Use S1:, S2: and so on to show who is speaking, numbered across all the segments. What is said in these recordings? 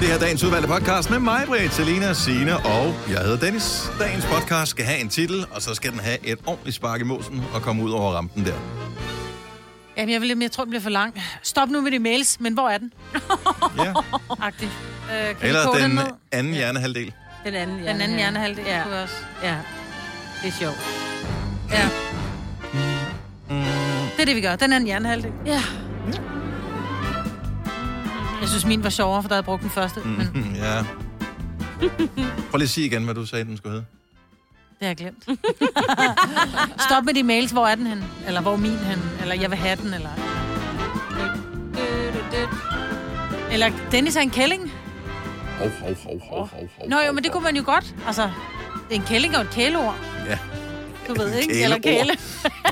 S1: Det her er dagens udvalgte podcast med mig, Britt, Selina, Sine og jeg hedder Dennis. Dagens podcast skal have en titel, og så skal den have et ordentligt spark i mosen og komme ud over rampen der.
S2: Jamen, jeg, vil, jeg tror, den bliver for lang. Stop nu med de mails, men hvor er den?
S1: Ja.
S2: Agtig. Øh, kan Eller
S1: Eller
S2: vi den,
S1: den
S2: den ned?
S1: anden hjernehalvdel.
S3: Den anden hjerne.
S2: Den anden hjernehalvdel
S3: Ja.
S2: ja. kunne også.
S3: Ja. Det er sjovt.
S2: Ja. Det er det, vi gør. Den anden hjernehalvdel. Mm.
S3: Ja.
S2: Jeg synes, min var sjovere, for der havde jeg brugt den første, mm. men det
S1: Mm, ja. Prøv lige at sige igen, hvad du sagde, den skulle hedde.
S2: har jeg glemt. Stop med de mails. Hvor er den henne? Eller hvor er min henne? Eller jeg vil have den, eller... Eller Dennis er en kælling.
S1: Hov, hov, hov, hov, hov, hov.
S2: Nå jo, men det kunne man jo godt. Altså, en kælling er jo et kæleord.
S1: Ja.
S2: Du ved ikke?
S1: Kæleord.
S2: Eller kæle.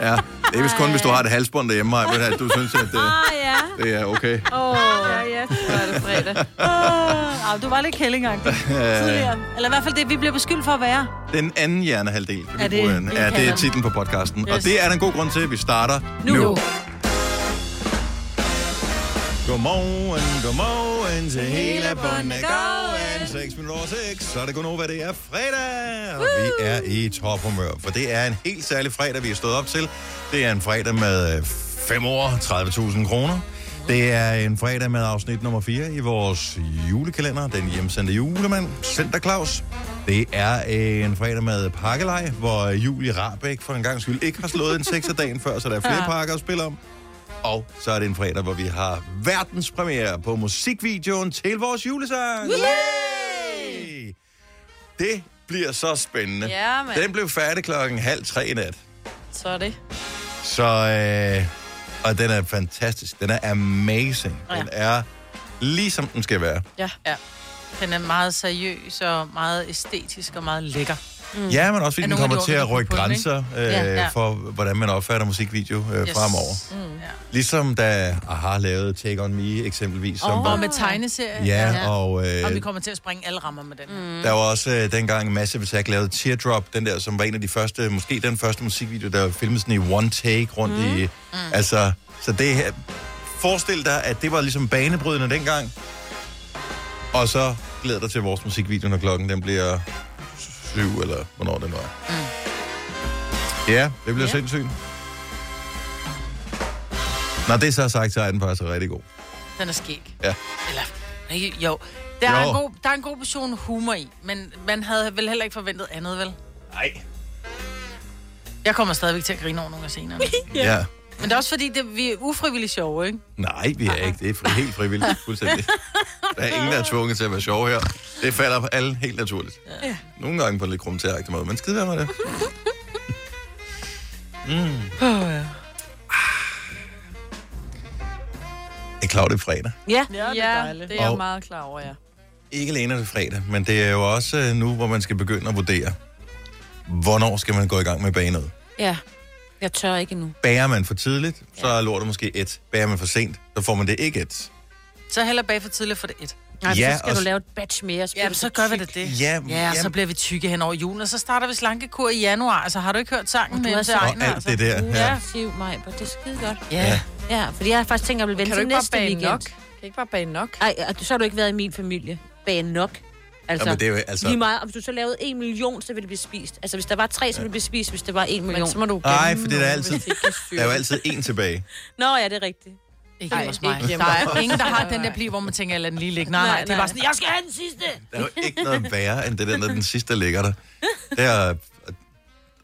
S1: ja. Det er vist kun, hvis du har et halsbånd derhjemme, Maja, men at du synes, at det,
S3: Ah, ja.
S1: det er okay.
S3: Åh, oh, ja, ja. Så er det fredag.
S2: Åh, au, Ah, du var lidt kællingagtig tidligere. Eller i hvert fald det, vi bliver beskyldt for at være.
S1: Den anden hjernehalvdel, kan
S2: Er
S1: vi
S2: det-
S1: bruge den.
S2: det
S1: Ja, det er
S2: kalder-
S1: titlen på podcasten. Og
S2: Yes.
S1: det er der en god grund til, at vi starter nu.
S2: Nu.
S1: nu. Godmorgen, godmorgen til hele Bondegården. 6 minutter over 6, så er det kun over, hvad det er fredag. Og vi er i tophumør, for det er en helt særlig fredag, vi er stået op til. Det er en fredag med øh, 5 år, 30.000 kroner. Det er en fredag med afsnit nummer 4 i vores julekalender, den hjemsendte julemand, Center Claus. Det er øh, en fredag med pakkelej, hvor Julie Rabeck for en gang skyld ikke har slået en 6 dagen før, så der er flere
S2: Ja.
S1: pakker at spille om. Og så er det en fredag, hvor vi har verdenspremiere på musikvideoen til vores julesang. Yay! Det bliver så spændende.
S3: Ja, mand.
S1: Den blev færdig klokken halv tre i nat.
S3: Så er det.
S1: Så, øh, og den er fantastisk. Den er amazing.
S2: Ja.
S1: Den er ligesom den skal være.
S3: Ja.
S2: Ja. Den er meget seriøs og meget æstetisk og meget lækker.
S1: Mm. Ja, men også
S2: Er
S1: fordi den
S2: nogle af
S1: kommer
S2: de
S1: til at
S2: ord, vi
S1: rykke
S2: kan få på den,
S1: grænser øh,
S2: Ja, ja.
S1: for, hvordan man opfatter musikvideo øh, yes. fremover.
S2: Mm. Ja.
S1: Ligesom da Aha lavede Take On Me eksempelvis, som
S2: Og
S1: var...
S2: med tegneserie.
S1: Ja, og... Øh,
S2: Og vi kommer til at springe alle rammer med den. Mm.
S1: Der var også øh, dengang Massive Attack lavede Teardrop, den der, som var en af de første, måske den første musikvideo, der filmede sådan i one take rundt mm. i... Mm. Altså, så det her... Forestil dig, at det var ligesom banebrydende dengang. Og så glæder dig til vores musikvideo, når klokken den bliver syv, eller hvornår den var. Mm. Ja, det bliver ja. sindssygt. Når det så er sagt, så er den faktisk rigtig god.
S2: Den er skæg.
S1: Ja.
S2: Eller, ikke- jo. Der er,
S1: Jo.
S2: En god, der er en god portion humor i, men man havde vel heller ikke forventet andet, vel?
S1: Nej.
S2: Jeg kommer stadigvæk til at grine over nogle af scenerne.
S1: Ja. ja.
S2: Men det er også fordi, det, vi er ufrivilligt sjove, ikke?
S1: Nej, vi er ikke. Det er fri, helt frivilligt. Fuldstændig. Der er ingen, der er tvunget til at være sjov her. Det falder på alle helt naturligt. Ja. Nogle gange på en lidt krumtæragtig måde, men skide være med det. Mm.
S2: Oh, ja.
S1: Det er klart, det er fredag.
S3: Ja,
S2: Ja, det er dejligt.
S3: det er jeg
S1: Og-
S3: meget klar over, ja.
S1: Ikke alene er det fredag, men det er jo også øh, nu, hvor man skal begynde at vurdere, hvornår skal man gå i gang med banet.
S3: Ja. Jeg tør ikke endnu.
S1: Bærer man for tidligt, så er lortet måske et. Bærer man for sent, så får man det ikke et.
S2: Så heller bag for tidligt for det et.
S3: Nej,
S1: Ja,
S3: ja, så skal
S1: og
S3: du
S1: s-
S3: lave et batch mere.
S2: Ja, så gør vi det det.
S1: Ja,
S2: ja
S1: ja.
S2: så bliver vi tykke hen over julen, og så starter vi slankekur i januar. Altså, har du ikke hørt sangen med
S3: har
S2: MC
S3: sagt-
S1: Og
S2: Ejner? Altså,
S1: alt det der. Ja.
S3: Ja. Siv mig, det er skide godt.
S2: Ja.
S3: Ja, fordi jeg har faktisk tænkt, at jeg vil vente
S4: Kan du
S3: til
S4: ikke bare
S3: næste
S4: bage
S3: weekend.
S4: nok? Kan I ikke bare bage nok?
S3: Ej, og så har du ikke været i min familie. Bage nok. Altså,
S1: Jamen, det er jo altså-
S3: lige meget. Og hvis du så lavede en million, så ville det blive spist. Altså, hvis der var tre, så ville det blive spist, hvis der var en million.
S4: Men så må du
S1: Nej,
S4: gemme
S1: for det er der
S4: nogen,
S1: altid,
S4: hvis ikke det styrer.
S1: der er jo altid en tilbage.
S3: Nå, ja, det er rigtigt.
S2: Ikke
S4: Ej,
S2: hos mig.
S4: ikke hjemme
S2: der
S4: hos
S2: er
S4: os.
S2: ingen, der har den der pli, hvor man tænker, eller den lige ligge. Nej, nej,
S3: Nej,
S2: nej, det er
S3: nej.
S2: bare sådan, jeg skal have den sidste.
S1: Der er jo ikke noget værre, end det der, når den sidste ligger der. Det er...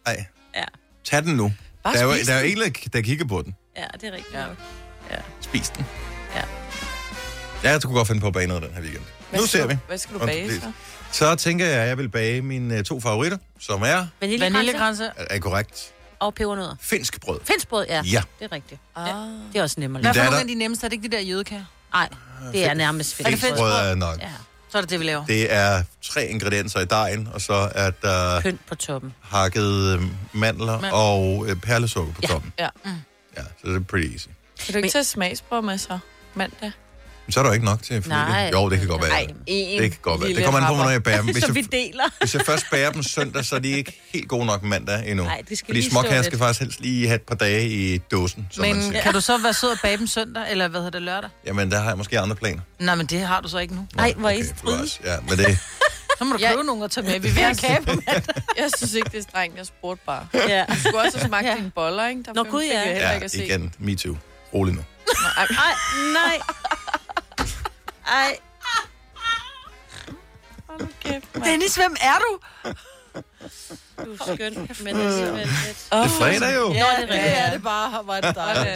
S1: Ej.
S3: Ja.
S1: Tag den nu.
S2: Bare
S1: der, er jo,
S2: spis
S1: der er jo en, der- der kigger på den.
S3: Ja, det er rigtigt ja. nok.
S1: Spis den.
S3: Ja.
S1: Ja, jeg kunne godt finde på at bage noget den her weekend.
S4: Hvad
S1: nu
S4: skal
S1: ser
S4: du-
S1: vi.
S4: Hvad skal du
S1: Og
S4: bage
S1: det-
S4: så?
S1: Så tænker jeg, at jeg vil bage mine øh, to favoritter, som er,
S3: Vaniljekranse
S2: Vaniljekranse.
S1: er korrekt,
S3: og pebernødder.
S1: finsk brød.
S3: Finskbrød, ja.
S1: Ja.
S3: Det er rigtigt.
S4: Ah.
S3: Det er også nemmere.
S2: Hvad for
S1: Der er
S2: nogle
S1: der-
S2: af de nemmeste? Er det ikke de der jødekager?
S3: Nej, det er nærmest
S2: Er det
S3: finskbrød.
S1: Finsk
S2: finsk
S1: brød
S2: brød?
S1: er nok.
S3: Ja.
S2: Så er det det, vi laver.
S1: Det er tre ingredienser i dejen, og så er der
S3: Pynt på toppen.
S1: hakket øh, mandler
S2: Mandler.
S1: og øh,
S3: Mm.
S1: perlesukker på toppen.
S4: Ja.
S1: Ja, så det er pretty easy.
S4: Kan du ikke tage smagsprøver med så mandag?
S1: Men så er der jo ikke nok til familien.
S2: Nej.
S1: jo, det kan godt være.
S3: Nej, en
S1: det kan godt være. Det
S3: lille
S1: kommer an på,
S3: hammer.
S1: hvornår jeg bærer dem. Hvis
S3: Som vi
S1: jeg,
S3: deler.
S1: hvis jeg først bærer dem søndag, så er de ikke helt gode nok mandag endnu.
S3: Nej, de skal
S1: Fordi
S3: lige
S1: småkager
S3: stå
S1: skal
S3: lidt.
S1: faktisk helst lige have et par dage i dåsen, som man
S2: Men
S1: siger.
S2: kan du så være sød og bage dem søndag, eller hvad hedder det, lørdag?
S1: Jamen, der har jeg måske andre planer.
S2: Nej, men det har du så ikke nu.
S3: Nej, hvor er I
S1: Okay,
S3: stride.
S1: bevares. Ja, men det,
S2: Så må du
S4: Jeg-
S2: købe nogen og tage med. Vi vil have kage på
S4: Jeg synes ikke, det er strengt. Jeg spurgte bare.
S3: Ja.
S4: Du skulle også have smagt ja. dine boller, ikke? Der
S3: Nå, gud,
S4: fik
S3: ja.
S4: Jeg heller
S1: ja,
S4: ikke at se.
S1: igen, me too. Rolig nu.
S4: Nej, ej,
S3: Ej, nej. Ej.
S4: hold nu kæft, mand.
S2: Dennis, hvem er du?
S3: Du er skøn, men det er simpelthen lidt.
S1: Det er fredag jo.
S3: Ja, det er
S2: Mm. Ja, det er
S3: rigtigt.
S2: det bare. Hvor er det
S4: Sådan
S2: dejligt.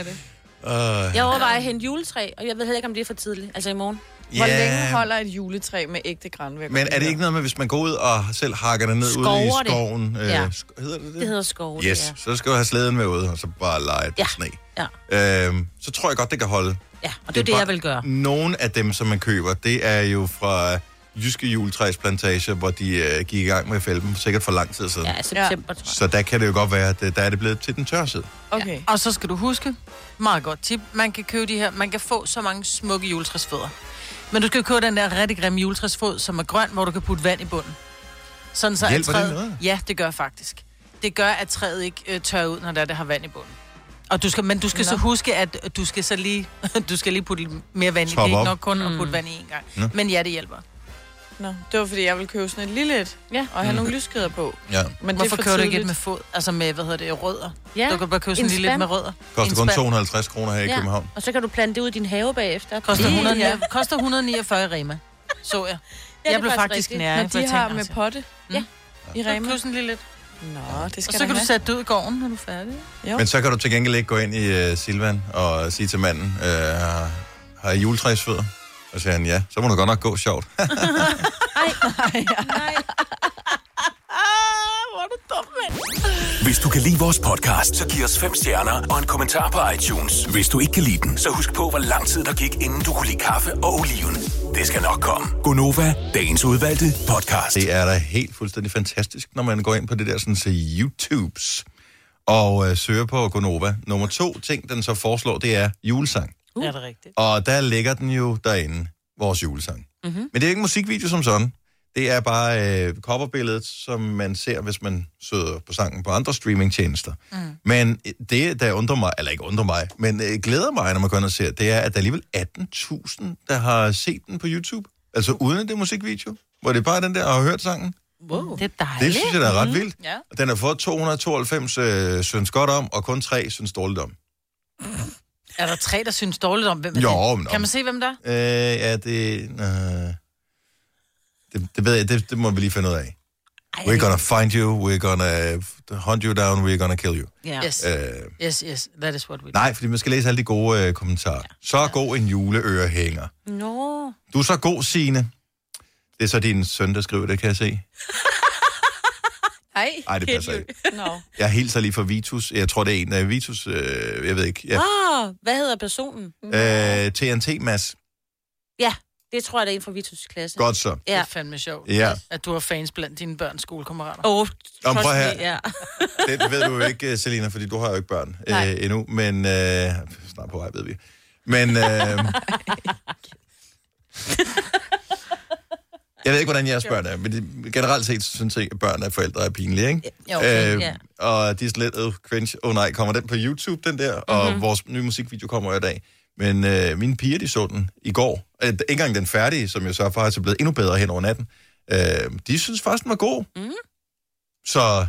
S4: er det.
S1: Uh,
S3: Jeg overvejer at hente juletræ, og jeg ved heller ikke, om det er for tidligt. Altså i morgen.
S4: Hvor længe holder et juletræ med ægte granvæk?
S1: Men er det ikke noget med, hvis man går ud og selv hakker det ned ude i
S3: Skover det.
S1: skoven? Øh,
S3: Ja.
S1: sk- hedder det det?
S3: Det hedder skov.
S1: yes, så skal du have slæden med ud, og så bare lege på
S3: Ja.
S1: sne.
S3: Ja.
S1: Øhm, så tror jeg godt, det kan holde.
S3: Ja, og det er det,
S1: bare-
S3: jeg vil gøre.
S1: Nogle af dem, som man køber, det er jo fra Jyske Juletræsplantager, hvor de øh, gik i gang med at fælde dem, sikkert for lang tid siden.
S3: Ja, september, tror jeg.
S1: Så der kan det jo godt være, at øh, der er det blevet til den tørre side.
S4: Okay.
S2: Og så skal du huske, meget godt tip, man kan købe de her, man kan få så mange smukke juletræsfødder. Men du skal købe den der rigtig grimme juletræsfod, som er grøn, hvor du kan putte vand i bunden. Sådan så at
S1: Hjælper det
S2: træet,
S1: noget?
S2: Ja, det gør faktisk. Det gør, at træet ikke øh, tørrer ud, når der, det har vand i bunden. Og du skal, men du skal Nå. så huske, at øh, du skal så lige, du skal lige putte lidt mere vand i. Det er
S1: Top
S2: ikke
S1: op.
S2: nok kun at putte vand i en gang.
S1: Nå.
S2: Men ja, det hjælper.
S4: Nå, det var, fordi jeg ville købe sådan et lille et,
S3: Ja.
S4: og have
S1: Mm.
S4: nogle lyskæder på.
S1: Ja.
S4: Men
S2: Hvorfor
S4: det er
S2: kører
S4: for
S2: du ikke et
S4: tidligt.
S2: med fod? Altså med, hvad hedder det, rødder?
S3: Ja,
S2: Du kan bare købe sådan
S3: en
S2: lige lidt
S3: spand.
S2: med rødder.
S1: Koster
S2: En
S1: kun
S2: spand.
S1: 250 kroner her i København.
S3: Og så kan du plante det ud i din have bagefter.
S2: Koster,
S3: Ja,
S2: 100,
S4: ja.
S2: ja. koster 149 i Rema, så jeg.
S3: det er
S2: Ja, jeg altså. blev
S3: faktisk
S2: faktisk
S3: rigtigt.
S2: nær.
S4: Når de har med potte
S3: Ja.
S4: i Rema.
S2: Rema. lige lidt.
S4: Nå, det
S2: Og
S4: skal
S2: så kan
S4: da
S2: du sætte det ud i gården, når du er færdig.
S4: Jo.
S1: Men så kan du til gengæld ikke gå ind i uh, Silvan og sige til manden, uh, har I juletræsfødder? Og så siger han, ja, så må du godt nok gå sjovt.
S3: Nej.
S4: Ah, hvor er du dum, mand.
S5: Hvis du kan lide vores podcast, så giv os fem stjerner og en kommentar på iTunes. Hvis du ikke kan lide den, så husk på, hvor lang tid der gik, inden du kunne lide kaffe og oliven. Det skal nok komme. Gonova, dagens udvalgte podcast.
S1: Det er da helt fuldstændig fantastisk, når man går ind på det der sådan så YouTubes og øh, søger på Gonova. Nummer to ting, den så foreslår, det er julesang.
S2: Uh. Er det rigtigt?
S1: Og der ligger den jo derinde, vores julesang. Mm-hmm. Men det er ikke en musikvideo som sådan. Det er bare øh, coverbilledet, som man ser, hvis man søger på sangen på andre streamingtjenester. Mm. Men det, der undrer mig, eller ikke undrer mig, men øh, glæder mig, når man går ind og ser, det er, at der er alligevel 18.000, der har set den på YouTube. Altså uden at det er musikvideo. Hvor det bare er den der, og har hørt sangen.
S2: Wow. Det er
S1: Det
S2: dejligt.
S1: synes jeg, der er ret vildt.
S4: Ja.
S1: Og Den har fået 292 øh, synes godt om, og kun 3 synes dårligt om.
S2: Er der tre, der synes dårligt om, hvem er
S1: Jo,
S2: det?
S1: men om-
S2: Kan man se, hvem der er?
S1: Øh, ja, det... Øh, det, det ved jeg, det, det må vi lige finde ud af. We're gonna find you, we're gonna hunt you down, we're gonna kill you.
S3: Ja.
S2: Yes.
S1: Øh,
S2: Yes, yes. That is what we do.
S1: nej, fordi man skal læse alle de gode øh, kommentarer. Så god en juleørehænger.
S3: Nå.
S1: Du er så god, Signe. Det er så din søn, der skriver det, kan jeg se.
S4: Ej,
S1: Nej, det passer ikke.
S4: Nå.
S1: Jeg hilser lige fra Vitus. Jeg tror, det er en af Vitus. Øh, jeg ved ikke. Ja.
S3: Ah, hvad hedder personen?
S1: Øh, TNT, Mads.
S3: Ja, det tror jeg, det er en fra Vitus' klasse.
S1: Godt så.
S2: Det er
S3: Ja.
S2: fandme sjovt,
S1: Ja.
S2: at du har fans blandt dine børns skolekammerater.
S3: Åh, oh,
S1: Jamen, prøv her.
S3: ja.
S1: Det ved du jo ikke, øh, Selina, fordi du har jo ikke børn øh,
S3: Nej.
S1: endnu, men øh, snart på vej, ved vi. Men øh, jeg ved ikke, hvordan jeres børn er, men de, generelt set synes jeg, at børn af forældre er pinlige, ikke?
S3: Jo, okay,
S1: øh,
S3: ja.
S1: Og de er sådan lidt, øh, cringe, åh oh, nej, kommer den på YouTube, den der? Og
S3: Mhm.
S1: mm-hmm. vores nye musikvideo kommer jo i dag. Men øh, mine piger, de så den i går. Øh, ikke engang den færdige, som jeg så faktisk er blevet endnu bedre hen over natten. Øh, de synes faktisk, den var god. Mm. Så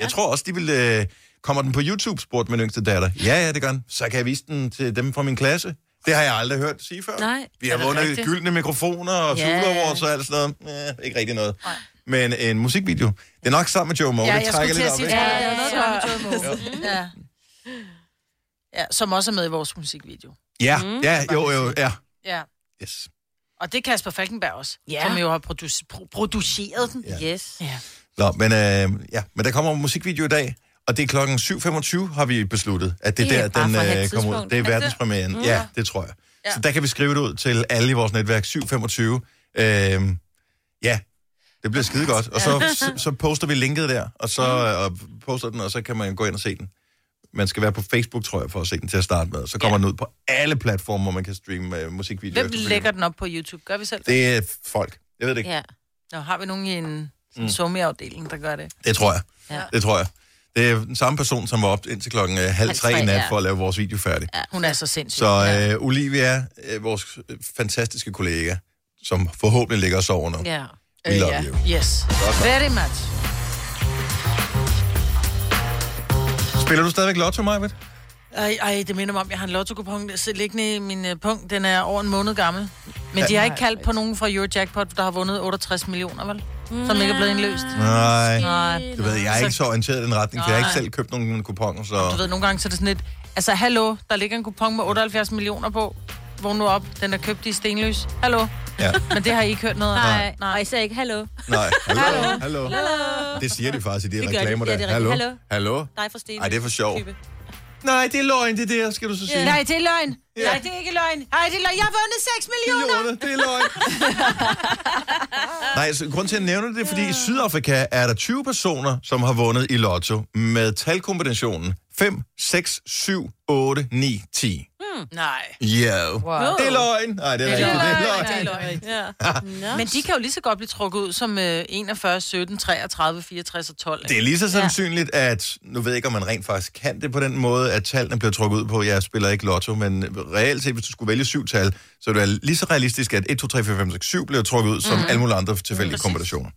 S1: jeg tror også, de vil... Øh, kommer den på YouTube, spurgte min yngste datter. Ja, ja, det gør den. Så kan jeg vise den til dem fra min klasse. Det har jeg aldrig hørt sige før.
S3: Nej,
S1: Vi har
S2: er det
S1: vundet
S2: rigtigt?
S1: gyldne mikrofoner og
S3: Ja.
S1: yeah. awards og alt sådan noget. Eh, ikke rigtig noget. Men en musikvideo. Det er nok sammen med Joe Moe.
S2: Ja,
S1: det
S2: jeg skulle
S1: trækker
S2: til
S1: lidt
S2: at
S1: op,
S2: sige,
S1: ikke?
S3: ikke?
S2: at
S4: Ja, ja,
S2: der er noget der er noget med Joe Moe. Ja. ja, som også er med i vores musikvideo.
S1: Ja, ja,
S2: Mm.
S1: jo, jo, ja.
S2: Ja.
S1: Yes.
S2: Og det er Kasper Falkenberg også,
S3: Ja.
S2: som jo har produce- pro- produceret den.
S1: Ja.
S3: Yes.
S2: Ja.
S1: Nå, men, øh, ja, men der kommer en musikvideo i dag, og det er klokken 7.25, har vi besluttet, at det,
S3: Det er
S1: er der,
S3: bare
S1: den
S3: for at have
S1: øh,
S3: et
S1: kommer ud.
S3: tidspunkt.
S1: Det er
S3: Er det?
S1: verdenspremieren. Mm. Ja, det tror jeg. Ja.
S2: Ja.
S1: Så der kan vi skrive det ud til alle i vores netværk, 7.25. Øh, ja, det bliver skide godt. Og så, så, så poster vi linket der, og så øh, og poster den, og så kan man gå ind og se den. Man skal være på Facebook, tror jeg, for at se den til at starte med. Så kommer ja. den ud på alle platformer, hvor man kan streame øh, musikvideoer.
S2: Hvem lægger den op på YouTube? Gør vi selv?
S1: Det er folk. Jeg ved det ikke. Ja.
S3: Ja.
S2: Nå, har vi nogen i en mm. sommerafdeling, der gør det?
S1: Det tror jeg. Ja.
S3: Ja.
S1: Det tror jeg. Det er den samme person, som var op indtil klokken øh, halv
S3: Halv
S1: tre i
S3: tre,
S1: nat
S3: ja.
S1: for at lave vores video færdig.
S3: Ja.
S2: Hun er så sindssyg.
S1: Så øh, Olivia, øh, vores øh, fantastiske kollega, som forhåbentlig ligger og sover nu.
S3: Ja.
S1: We love
S4: ja.
S1: you.
S2: Yes. Very much.
S1: Spiller du stadigvæk lotto, Majbet?
S2: Ej, ej, det minder mig om, jeg har en lotto-kupon der sidder liggende i min øh, punkt. Den er over en måned gammel. Men de har ikke kaldt på nogen fra Eurojackpot, der har vundet 68 millioner, vel? Som ikke er blevet indløst.
S1: Nej.
S2: Nej.
S1: Du ved, jeg er ikke så orienteret i den retning, for jeg har ikke
S2: Nej.
S1: selv købt nogen kuponer, så...
S2: Du ved, nogle gange så er det sådan lidt... Altså, hallo, der ligger en kupon med 78 millioner på. Vågn nu op, den er købt i Stenløs. Hallo.
S1: Ja,
S2: Men det har I ikke hørt noget om.
S3: Nej. Nej. Og især ikke, hallo.
S1: nej. Hallo, hallo. Det siger de faktisk i de
S3: Det gør de.
S1: reklamer
S3: Ja,
S1: der.
S3: det er
S1: Hallo.
S3: rigtigt.
S1: Hallo.
S3: Dig fra Stine.
S1: Ej, det er for sjov. Nej, det er løgn, det der, skal du så sige.
S2: Nej, det er løgn.
S1: Ja.
S2: Nej, det er ikke løgn. Nej, det er løgn. Jeg har vundet 6 millioner.
S1: millioner. Det er løgn. Nej, altså, grunden til, at jeg nævner det, er, fordi i Sydafrika er der 20 personer, som har vundet i lotto med talkombinationen 5, 6, 7, 8, 9, 10.
S2: Nej.
S1: Yeah. Wow. Det er løgn. Nej, det er rigtigt. Det er løgn.
S2: Det er løgn. Ja. Men de kan jo lige så godt blive trukket ud som øh, 41, 17, 33, 64 og 12.
S1: Det er lige så sandsynligt, at, nu ved jeg ikke, om man rent faktisk kan det på den måde, at tallene bliver trukket ud på, jeg spiller ikke lotto, men reelt set, hvis du skulle vælge syv tal, så er det lige så realistisk, at 1, 2, 3, 4, 5, 6, 7 bliver trukket ud, som mm. alle mulige andre tilfældige mm, kombinationer.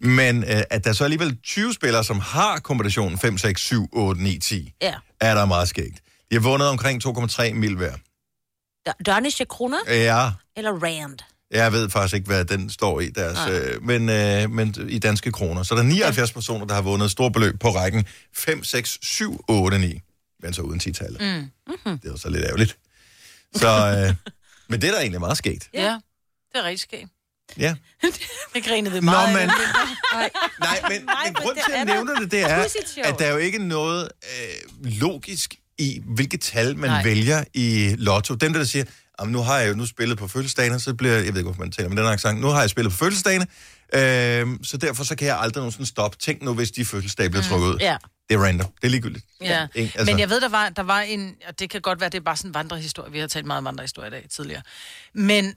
S1: Men øh, at der så alligevel 20 spillere, som har kombinationen 5, 6, 7, 8, 9, 10,
S3: Ja.
S1: er der meget skægt. De har vundet omkring 2,3 mil hver.
S3: D- Danish kroner
S1: Ja,
S3: eller rand?
S1: jeg ved faktisk ikke, hvad den står i deres, øh, men, øh, men i danske kroner. Så er der 79 ja. personer, der har vundet et stort beløb på rækken 5, 6, 7, 8, 9. Men så uden 10 tallet mm. mm-hmm. Det er jo så lidt ærgerligt. Så, øh, men det er da egentlig meget skægt.
S2: Ja, det er rigtig skægt.
S1: Ja.
S2: Det grinede vi
S1: Nå,
S2: meget. af.
S1: men... Nej, men, men grund til, at jeg nævner det, det er,
S3: pudsigt sjovt.
S1: at der er jo ikke noget øh, logisk i, hvilket tal man Nej.
S2: Nej.
S1: vælger i lotto. Den, der siger, Jamen, nu har jeg jo nu spillet på fødselsdagen, og så bliver jeg, jeg ved ikke, hvorfor man taler med den her accent, nu har jeg spillet på fødselsdagen, øh, så derfor så kan jeg aldrig nogensinde stoppe. Tænk nu, hvis de fødselsdage bliver trukket ud.
S3: ja.
S1: Det er random. Det er ligegyldigt.
S2: Ja.
S1: Ikke?
S2: Altså. Men jeg ved, der var, der var en, og det kan godt være, det er bare sådan en vandrehistorie, vi har talt meget om vandrehistorie i dag tidligere, men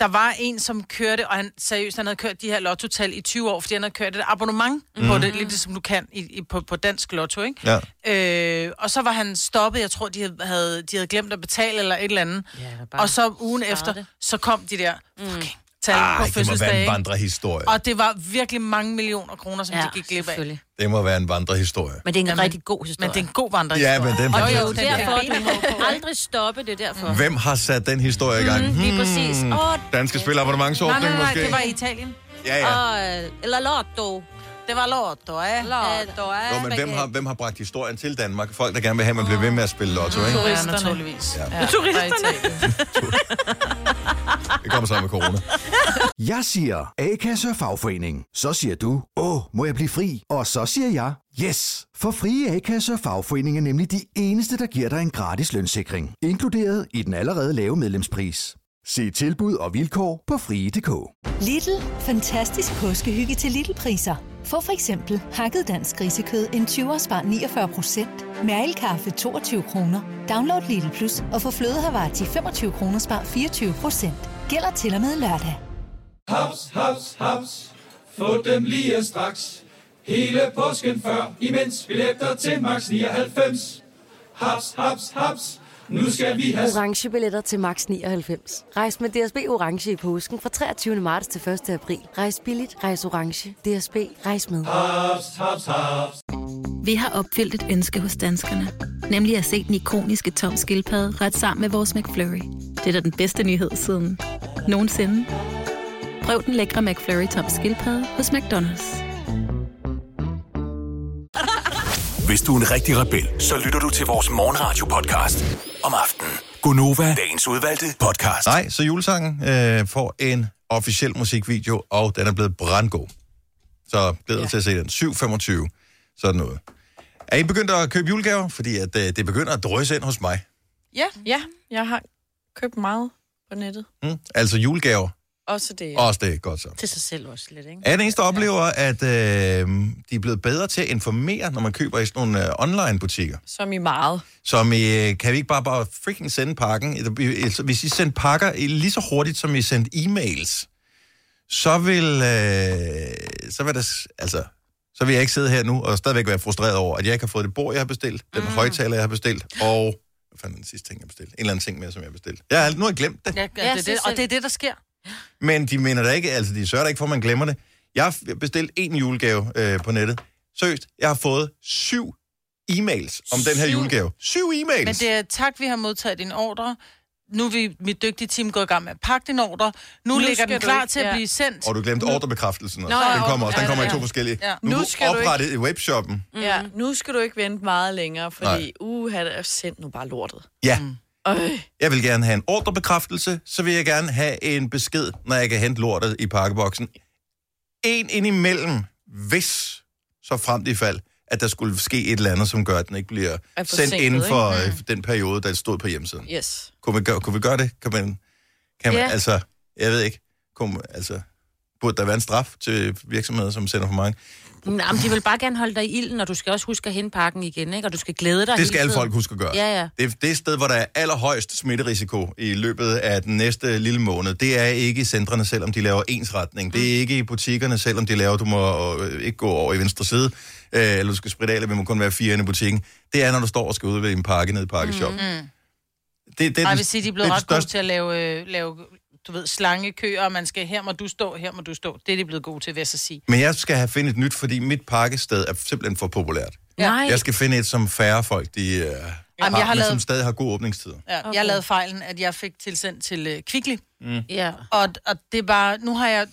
S2: der var en, som kørte, og han seriøst, han havde kørt de her lottotal i 20 år, fordi han havde kørt et abonnement mm. på det, lidt som du kan i, i, på, på dansk lotto, ikke?
S1: Mhm. Ja.
S2: Øh, og så var han stoppet, jeg tror, de havde- havde, de havde glemt at betale eller et eller andet.
S3: der
S2: Ja,
S3: bare
S2: og så ugen
S3: starte.
S2: efter, så kom de der fucking tal
S1: Ej,
S2: på
S1: Ah, det må være
S2: fødselsdag.
S1: en
S2: ikke?
S1: vandrehistorie.
S2: Og det var virkelig mange millioner kroner, som ja, de gik glip af.
S3: selvfølgelig.
S1: Det må være en vandrehistorie.
S3: Men det er en
S2: Jamen,
S3: rigtig god historie.
S2: Men det er en god vandrehistorie.
S1: Ja, men den
S2: Og
S3: jo,
S2: jo, den
S3: derfor, du må aldrig stoppe, det er derfor.
S1: Hvem har sat den historie i gang?
S6: Mhm.
S3: Mm, lige
S1: Hmm,
S3: præcis. Åh,
S1: Danske
S2: Nej,
S1: spilabonnementsordning
S2: nej, nej,
S1: måske?
S2: det var i Italien.
S1: Ja, ja.
S3: åh, øh, eller lotto.
S2: Det var lotto, ja.
S3: Lotto, Øh,
S1: Jo, men hvem har, hvem har bragt historien til Danmark? Folk, der gerne vil have, at man bliver ved med at spille lotto, ikke?
S2: Turisterne. Ja, naturligvis. Ja. Ja. Turisterne.
S1: Det kommer sammen med corona.
S7: Jeg siger A-kasse og fagforening. Så siger du, åh, må jeg blive fri? Og så siger jeg, yes! For frie A-kasse og fagforening er nemlig de eneste, der giver dig en gratis lønssikring. Inkluderet i den allerede lave medlemspris. Se tilbud og vilkår på frie.dk.
S8: Lidl. Fantastisk påskehygge til Lidl-priser. Få for eksempel hakket dansk grisekød en 20 spar 49 procent. Mærelkaffe 22 kroner. Download Lidl Plus og få flødehavar til 25 kroner spar 24 procent. Gælder til og med lørdag.
S9: Haps, haps, haps. Få dem lige straks. Hele påsken før, imens billetter til max 99. Haps, haps, haps. Nu skal vi have
S6: Orange billetter til max 99. Rejs med DSB Orange i påsken fra 23. marts til 1. april. Rejs billigt, rejs orange. DSB, rejs med.
S9: haps, haps, haps.
S10: Vi har opfyldt et ønske hos danskerne. Nemlig at se den ikoniske tom skildpadde ret sammen med vores McFlurry. Det er da den bedste nyhed siden nogensinde. Prøv den lækre McFlurry tom skildpadde hos McDonald's.
S5: Hvis du er en rigtig rebel, så lytter du til vores morgenradio-podcast om aftenen. Gunova, dagens udvalgte podcast.
S1: Nej, så julesangen øh, får en officiel musikvideo, og den er blevet brandgod. Så glæder ja. til at se den. 7.25, sådan noget. Er I begyndt at købe julegaver? Fordi at, øh, det begynder at drøse ind hos mig.
S4: Ja, ja, jeg har købt meget på nettet.
S1: Mm? Hm? Altså julegaver.
S4: Også det.
S1: Også det er godt så.
S3: Til sig selv også lidt, ikke?
S1: Er den eneste, der oplever, at øh, de er blevet bedre til at informere, når man køber i sådan nogle øh, online-butikker?
S4: Som i meget.
S1: Som I, øh, kan vi ikke bare, bare freaking sende pakken? Eller, altså, Hvis I sendte pakker i- lige så hurtigt, som I sendte e-mails, så vil, øh, så vil der, s- altså, så vil jeg ikke sidde her nu og stadigvæk være frustreret over, at jeg ikke har fået det bord, jeg har bestilt,
S2: Mm.
S1: den højtaler, jeg har bestilt, og hvad fanden er den sidste ting, jeg har bestilt? En eller anden ting mere, som jeg har bestilt. Jeg har, nu har jeg glemt det.
S2: Ja, ja,
S3: Ja,
S2: det, er
S3: sig
S2: det, og
S3: selv.
S2: det er det, der sker.
S1: Men de mener da ikke, altså de sørger da ikke for, at man glemmer det. Jeg har f- bestilt en julegave øh, på nettet. Seriøst, jeg har fået syv e-mails om den her
S2: Syv?
S1: julegave. Syv e-mails!
S2: Men det er tak, vi har modtaget din ordre. Nu er vi, mit dygtige team gået i gang med at pakke din ordre. Nu,
S4: Nu
S2: nu ligger
S4: skal
S2: den
S4: du
S2: klar
S4: ikke-
S2: til at
S4: ja.
S2: blive sendt.
S1: Og du glemte ordrebekræftelsen også.
S4: Nå,
S1: den
S4: ja,
S1: kommer også. Den
S4: ja,
S1: kommer i
S4: ja.
S1: to forskellige.
S2: Ja.
S1: Nu,
S4: Nu
S1: nu
S4: skal
S1: skal
S4: du ikke-
S1: oprettet i webshoppen.
S4: Mm. Ja, nu skal du ikke vente meget længere, fordi uha, det er sendt nu bare lortet.
S1: Ja.
S4: Øj.
S1: Mm. Jeg vil gerne have en ordrebekræftelse, så vil jeg gerne have en besked, når jeg kan hente lortet i pakkeboksen. En indimellem, hvis så frem i fald, at der skulle ske et eller andet, som gør, at den ikke bliver
S4: Er
S1: sendt
S4: forsinket,
S1: inden for
S4: ikke?
S1: øh, den periode, der stod på hjemmesiden.
S4: Yes.
S1: Kunne vi gøre, kunne vi gøre det? Kan man, kan man,
S4: Ja.
S1: altså, jeg ved ikke, kunne, altså, burde der være en straf til virksomheder, som sender for mange?
S3: Nej, men de vil bare gerne holde dig i ilden, og du skal også huske at hente pakken igen, ikke? Og du skal glæde dig
S1: Det
S3: hele
S2: Altså,
S1: skal alle
S2: ligesom-
S3: tiden.
S1: folk huske at gøre.
S3: Ja, ja.
S1: Det, det sted, hvor der er allerhøjst smitterisiko i løbet af den næste lille måned, det er ikke i centrene, selvom de laver ensretning. Det er
S2: Mm.
S1: ikke i butikkerne, selvom de laver, du må øh, ikke gå over i venstre side, øh, eller du skal spritte af, eller vi må kun være fire inde i butikken. Det er, når du står og skal udvælge en pakke ned i pakkeshop. Mm. Det, det, er
S2: Nej, jeg
S1: den-
S2: vil sige, de er
S1: det
S2: blevet
S1: den
S2: ret gode til at lave, øh, lave du ved, slangekøer, og man skal, her må du stå, her må du stå. Det er de blevet gode til, vil jeg så sige.
S1: Men jeg skal have finde et nyt, fordi mit pakkested er simpelthen for populært.
S3: Nej.
S1: Jeg skal finde et, som færre folk de, øh, har,
S2: jeg har
S1: men
S2: lavet-
S1: som stadig har gode åbningstider.
S2: Ja, okay. Jeg lavede fejlen, at jeg fik tilsendt til øh, Kvickly,
S3: Ja.
S2: og, og det er bare, nu har jeg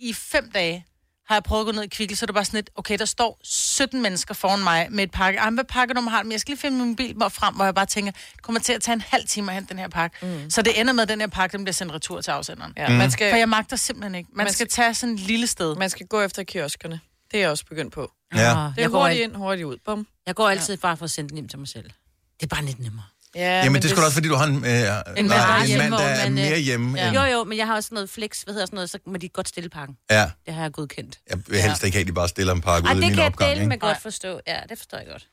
S2: i fem dage, har jeg prøvet at gå ned i Kvickly, så er det bare sådan lidt, okay, der står 17 mennesker foran mig med et pakke. Ej, men hvad pakkenummer har den? Men jeg skal lige finde min mobil frem, hvor jeg bare tænker, det kommer til at tage en halv time at hente den her pakke. Mm. Så det ender med, at den her pakke, den bliver sendt retur til afsenderen.
S4: Ja, mm. man,
S2: For
S4: skal,
S2: jeg magter simpelthen ikke. Man,
S4: Man
S2: man skal tage sådan et lille sted.
S4: man skal gå efter kioskerne. Det er jeg også begyndt på.
S1: Ja.
S2: Ah,
S4: Det er
S3: Jeg går,
S4: hurtigt
S3: al-
S4: ind, hurtigt ud. Bum.
S3: jeg går altid bare for at sende den hjem til mig selv. Det er bare lidt nemmere.
S4: Ja,
S1: Jamen, det er sgu da også, fordi du har en, øh, en,
S3: mand, der
S1: nej,
S3: er
S1: en
S3: hjemme,
S1: mand, der
S3: hvor
S1: er
S3: man, øh,
S1: mere hjemme. Ja.
S3: Ja.
S1: End,
S3: Jo, jo, men jeg har også sådan noget flex, hvad hedder sådan noget, så må de godt stille pakken.
S1: ja.
S3: Det har jeg godkendt.
S1: Jeg vil helst ikke have, at de bare stiller en pakke
S3: Ej,
S1: ud i
S3: det
S1: min
S3: kan jeg
S1: opgang.
S3: dele med
S1: Ikke?
S3: godt forstå. Ja, det forstår jeg godt.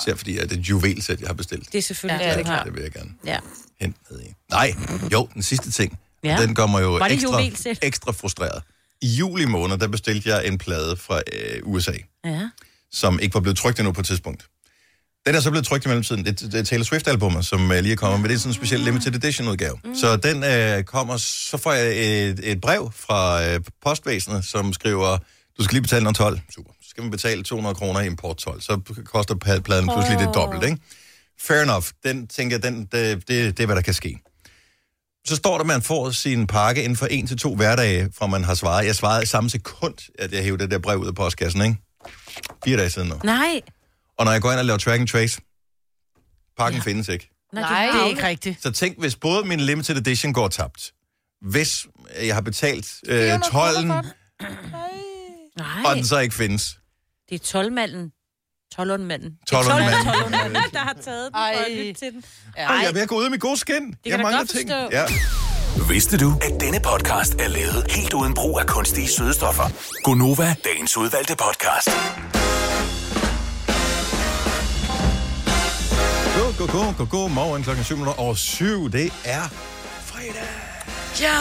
S1: Især fordi at det er et juvelsæt, jeg har bestilt.
S3: Det er selvfølgelig ja,
S4: Ja, det er
S3: det.
S4: klart.
S1: Det vil jeg gerne
S3: Ja.
S1: hente med i. Nej, jo, den sidste ting. Ja.
S3: Ja.
S1: Den gør mig jo
S3: Var det
S1: ekstra,
S3: juvelsæt?
S1: ekstra frustreret. I juli måned, der bestilte jeg en plade fra øh, USA,
S3: ja.
S1: som ikke var blevet trykt endnu på et tidspunkt. Den er så blevet trykt i mellemtiden. Det, det er Taylor Swift-albummet, som øh, lige er kommet, men det er sådan en speciel limited edition-udgave. Mm. Så den øh, kommer, så får jeg et, et brev fra øh, postvæsenet, som skriver, du skal lige betale noget 12. Super. Så skal man betale 200 kroner i importtold. Så koster pla- pladen pludselig det dobbelt, ikke? Fair enough. Den tænker, jeg, den, det, det, det er, hvad der kan ske. Så står der, at man får sin pakke inden for en til to hverdage, fra man har svaret. Jeg svarede i samme sekund, at jeg hævde det der brev ud af postkassen, ikke? Fire dage siden nu.
S3: Nej.
S1: Og når jeg går ind og laver track and trace, pakken ja. findes ikke.
S3: Nej,
S4: Nej.
S2: Det er ikke rigtigt.
S1: Så tænk, hvis både min limited edition går tabt, hvis jeg har betalt øh, tolden,
S3: Nej.
S1: og den så ikke findes.
S3: Det er 12-manden. 12-manden.
S1: Tolden
S3: Der har taget den
S2: Ej.
S3: for at lytte til den.
S1: Ej, jeg er ved at gå ud af mit gode skin. Det jeg
S3: da
S1: mangler
S3: godt
S1: ting.
S3: forstå.
S1: Ja.
S5: Vidste du, at denne podcast er lavet helt uden brug af kunstige sødestoffer? Gonova, dagens udvalgte podcast.
S1: Gå, gå, gå, gå, gå. Morgen klokken 7 minutter over 7. Det er fredag.
S4: Ja.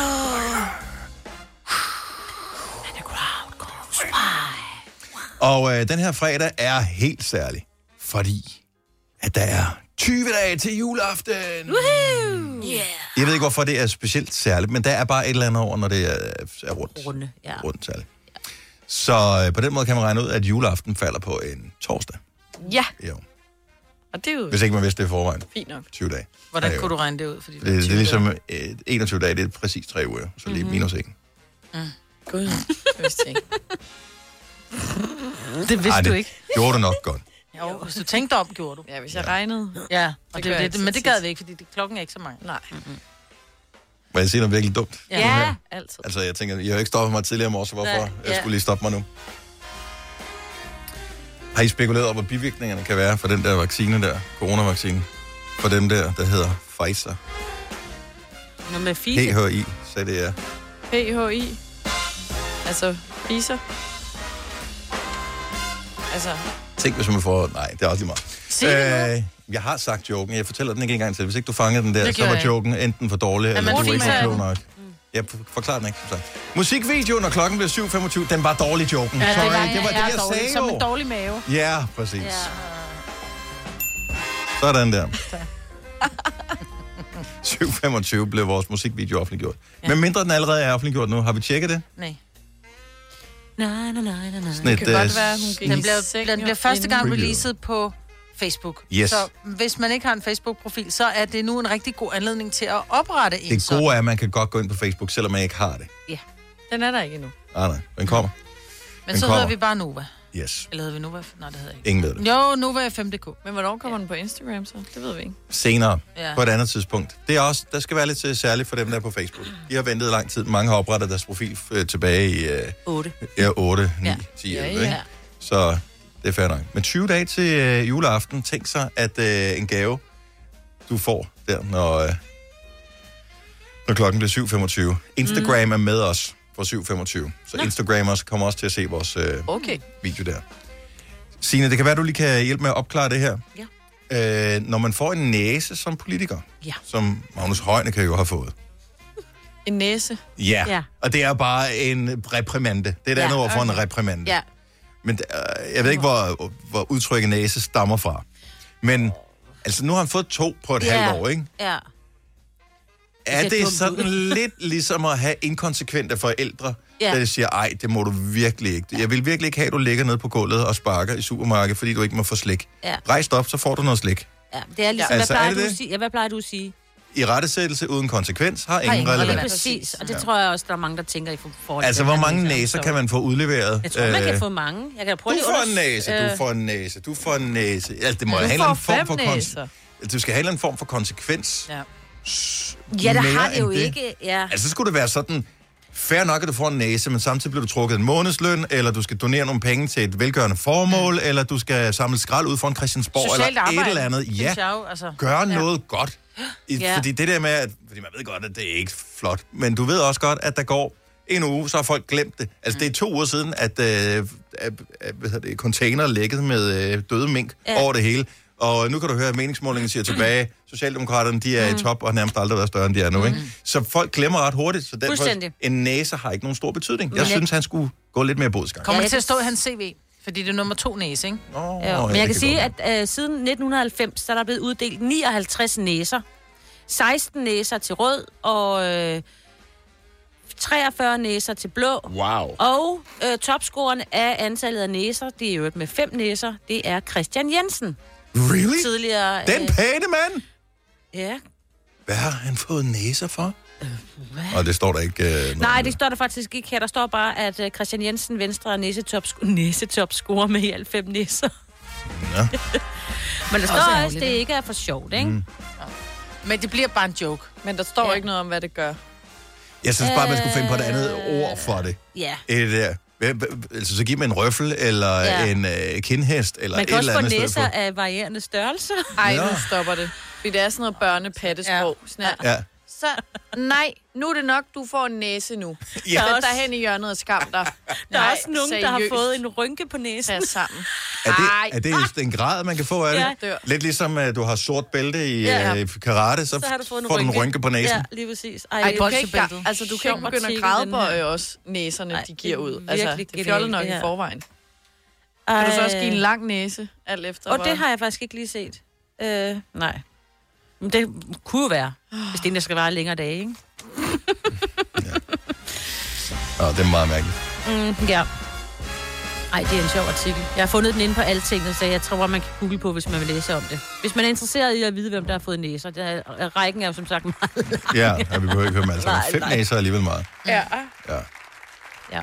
S1: Og øh, den her fredag er helt særlig, fordi at der er 20 dage til juleaften. Woohoo! Yeah. Jeg ved ikke, hvorfor det er specielt særligt, men der er bare et eller andet over, når det er, øh, er rundt.
S3: Runde, ja.
S1: rundt tal. Så øh, på den måde kan man regne ud, at juleaften falder på en torsdag.
S4: ja,
S1: Jo.
S4: og det er jo
S1: Hvis ikke man vidste det i forvejen.
S4: fint nok.
S1: 20 dage.
S2: Hvordan
S1: Ja, jo.
S2: kunne du regne det ud? Fordi
S1: Det, det er
S2: 20
S1: ligesom øh, 21 dage, det er præcis 3 uger. Så lige
S2: Mhm.
S1: minus 1.
S4: Gud, jeg vidste ikke.
S2: Det vidste Ej,
S1: Hm? det
S2: du ikke.
S1: gjorde du nok godt.
S2: Jo, hvis du tænkte om, gjorde du.
S4: Ja, hvis jeg regnede.
S2: Ja, og det,
S4: gør
S2: det,
S4: jeg
S2: det, men
S4: altid
S2: det gad vi ikke, fordi det, klokken er ikke så mange.
S4: Nej,
S1: Må jeg sige noget virkelig dumt?
S2: Ja.
S3: Ja.
S4: altid.
S1: Altså, jeg tænker, jeg har jo ikke stoppet mig tidligere om året, så hvorfor
S2: Nej,
S1: jeg
S2: ja.
S1: skulle lige stoppe mig nu? Har I spekuleret over, hvad bivirkningerne kan være for den der vaccine der, coronavaccine? For dem der, der hedder Pfizer.
S3: Nå, med fise.
S1: E PHI, sagde det er.
S4: PHI. Altså, fiser. Altså,
S1: Tænk, hvis man får... Nej, det er også lige meget.
S4: Sig det
S1: Øh, jeg har sagt joken. Jeg fortæller den ikke engang til. Hvis ikke du fanger den der,
S2: Det
S1: så var
S2: gjorde jeg.
S1: joken enten for dårlig,
S2: Ja,
S1: eller
S2: man
S1: du var ikke
S2: fiser
S1: var
S2: af
S1: klog
S2: den.
S1: nok. Jeg f- forklarer den ikke, som sagt. Musikvideoen, når klokken blev 7.25, den var dårlig, joken.
S2: Ja,
S1: Sorry,
S2: det var,
S1: det, var det, jeg
S2: dårlig,
S1: sagde
S2: Som
S1: jo.
S2: en dårlig mave.
S1: Ja, præcis. Sådan der. 7.25 blev vores musikvideo offentliggjort. Ja. Men mindre den allerede er offentliggjort nu, har vi tjekket det?
S2: Nej.
S6: Nej, nej, nej, nej, nej.
S1: Sådan et, øh,
S2: Den bliver, den bliver første gang
S1: Preview.
S2: releaset på Facebook.
S1: Yes.
S2: Så hvis man ikke har en Facebook-profil, så er det nu en rigtig god anledning til at oprette en.
S1: Det gode er, at man kan godt gå ind på Facebook, selvom man ikke har det.
S2: Ja.
S4: den er der ikke endnu.
S1: Ah, Nej, nej, den kommer.
S2: Men
S1: Den
S2: så
S1: kommer.
S2: hedder vi bare Nova.
S1: Yes.
S2: Eller hedder vi Nova? Nej, det hedder jeg ikke.
S1: Ingen ved det.
S2: Jo, Nova er 5.dk.
S4: Men hvornår kommer den på Instagram så? Det ved vi ikke.
S1: senere,
S2: Ja.
S1: ja. på et andet tidspunkt. Det er også, der skal være lidt øh, særligt for dem, der er på Facebook. De har ventet lang tid. Mange har oprettet deres profil øh, tilbage i øh,
S6: 8.
S1: ja, 8, 9,
S6: Ja.
S1: 10,
S6: Ja,
S1: 11.
S6: ja.
S1: Ikke? Så det er fair nok. Men 20 dage til øh, juleaften, tænk sig, at øh, en gave, du får der, når, øh, når klokken bliver 7.25. Instagram mm. er med os fra 7.25. Så Instagrammers kommer også til at se vores øh,
S4: Okay.
S1: video der. Signe, det kan være, du lige kan hjælpe med at opklare det her. Ja. Øh, når man får en næse som politiker,
S4: Ja.
S1: som Magnus Heunicke jo har fået.
S4: En næse.
S1: Ja.
S4: Ja.
S1: ja. Og det er bare en reprimande. Det er et
S4: Ja,
S1: andet ord for en
S4: okay.
S1: reprimande.
S4: Ja.
S1: Men øh, jeg ved ikke, hvor, hvor udtrykket næse stammer fra. Men altså, nu har han fået to på et ja. halvt år, ikke?
S6: Ja. ser
S1: Er
S6: dumt
S1: det
S6: ud.
S1: sådan lidt ligesom at have inkonsekvente forældre,
S6: Ja.
S1: ja. der siger, ej, det må du virkelig ikke. Jeg vil virkelig ikke have, at du ligger nede på gulvet og sparker i supermarkedet, fordi du ikke må få slik.
S6: Ja.
S1: Rejs dig op, så får du noget slik.
S6: Ja, det er ligesom, ja.
S1: Ja.
S6: hvad,
S1: Altså, er
S6: plejer
S1: det
S6: du at
S1: det?
S6: sige? ja, hvad plejer du at sige?
S1: I rettesættelse uden konsekvens har
S6: Har
S1: ingen relevans.
S6: Præcis, og det
S1: Ja.
S6: tror jeg også, der er mange, der tænker i for- forhold
S1: Altså,
S6: til,
S1: hvor
S6: at man
S1: mange
S6: tænker,
S1: næser
S6: så-
S1: kan man få udleveret?
S6: Jeg tror, man
S1: Øh,
S6: kan få mange. Jeg kan prøve
S1: Du
S6: lige
S1: får en
S6: unders-
S1: næse, du
S6: øh,
S1: får en næse, du får en næse. Altså, det må
S6: Ja,
S1: have
S6: du
S1: en eller anden
S6: får
S1: form for
S6: fem
S1: konsekvens.
S6: næser.
S1: Det skal have en eller anden form for konsekvens.
S2: Ja.
S6: Ja, der
S1: Mere
S6: har det jo
S1: end det.
S6: ikke. Ja.
S1: Altså, så skulle det være sådan, fair nok, at du får en næse, men samtidig bliver du trukket en månedsløn, eller du skal donere nogle penge til et velgørende formål, eller du skal samle skrald ud foran Christiansborg,
S2: Socialt
S1: eller
S2: arbejde,
S1: et eller andet. Ja,
S2: synes jeg jo, altså.
S1: gør
S2: Ja.
S1: noget godt. I,
S2: Ja.
S1: ja. Fordi det der med, at, fordi man ved godt, at det er ikke flot, men du ved også godt, at der går en uge, så har folk glemt det. Altså, det er to uger siden, at, øh, at, at hvad hedder det, container lækket med øh, døde mink
S5: Ja.
S1: ja. over det hele. Og nu kan du høre, at meningsmålingen siger tilbage, Socialdemokraterne, de er mm. i top, og nærmest aldrig har været større, end de er nu, mm. ikke? Så folk glemmer ret hurtigt, så derfor,
S2: Fuldstændig.
S1: en næse har ikke nogen stor betydning.
S2: Men
S1: Jeg
S2: jeg-
S1: synes, han skulle gå lidt mere bodskang.
S2: Kommer det til at stå i hans CV? Fordi det er nummer to næse, ikke?
S1: Oh,
S6: Jo, men jeg kan sige, at øh, siden 1990, så er der blevet uddelt 59 næser. 16 næser til rød, og øh, 43 næser til blå.
S11: Wow.
S6: Og øh, topscoren af antallet af næser, det er jo med fem næser, det er Christian Jensen.
S1: Really?
S6: Tidligere... øh,
S1: Den pæne mand!
S6: Ja.
S1: Hvad har han fået næser for? Og det står der ikke... Øh, noget
S6: Øh, Nej, det står der faktisk ikke her. Der står bare, at øh, Christian Jensen Venstre er næsetopscorer næsetopscorer med i 90 næser.
S1: Ja.
S6: Men der
S2: Også
S6: står også,
S2: ærgerligt,
S6: at det
S2: ikke?
S6: ikke er for sjovt, ikke?
S1: Mm.
S2: Men det bliver bare en joke.
S4: Men der står ja. ikke noget om, hvad det gør.
S1: Jeg synes bare, man skulle finde på et andet
S6: Øh.
S1: ord for det.
S6: Ja.
S1: Et, øh, hvad- hvad- altså, så giv mig en røffel, eller
S6: Ja.
S1: ja. en øh, kindhest, eller
S6: Man
S1: et
S6: kan
S1: eller
S6: også få
S1: andet sted
S6: næser
S1: for.
S6: af varierende størrelse.
S4: Ej,
S1: Nå.
S4: nu stopper det. Fordi det er sådan noget børnepattesprog. Ja. Sådan her.
S1: Ja.
S4: Så, nej, nu er det nok, du får en næse nu.
S1: Ja.
S4: Ja. Sæt dig hen i hjørnet og skam dig.
S6: Der er også nogen, der har fået en rynke på næsen.
S4: Pas sammen.
S1: Er det, er det just en grad, man kan få af det?
S6: Ah. Ja.
S1: Lidt ligesom, at du har sort bælte i
S6: Ja.
S1: øh, karate, så,
S6: Så har du fået en
S1: får du en
S6: rynke.
S1: rynke på næsen.
S6: Ja, lige præcis.
S4: Ej, Ej du kan ikke,
S6: bolsjebæltet.
S4: altså, du kan
S6: Sjov
S4: ikke begynde at
S6: artikel,
S4: græde
S6: den
S4: på øh,
S6: her.
S4: også næserne,
S6: Ej,
S4: de
S6: det
S4: giver
S6: er
S4: ud. Altså,
S6: virkelig
S4: det er fjollet
S6: genialt,
S4: nok
S6: det
S4: i
S6: her.
S4: forvejen.
S6: øh,
S4: Kan du så også
S6: Ej.
S4: give en lang næse, alt efter
S6: Og
S4: hvor-
S6: det har jeg faktisk ikke lige set. Øh, nej. Men det kunne jo være, hvis det er en, der skal være længere dage, ikke?
S1: Åh, det er meget mærkeligt.
S6: Mm, ja. Ej, det er en sjov artikel. Jeg har fundet den inde på Altinget, så jeg tror, man kan google på, hvis man vil læse om det. Hvis man er interesseret i at vide, hvem der har fået næser, der er, rækken er jo som sagt meget lang.
S1: Ja, ja vi behøver ikke høre dem alle sammen.
S6: Nej,
S1: Fem
S6: nej.
S1: næser er alligevel meget.
S4: Ja.
S1: Ja.
S6: ja.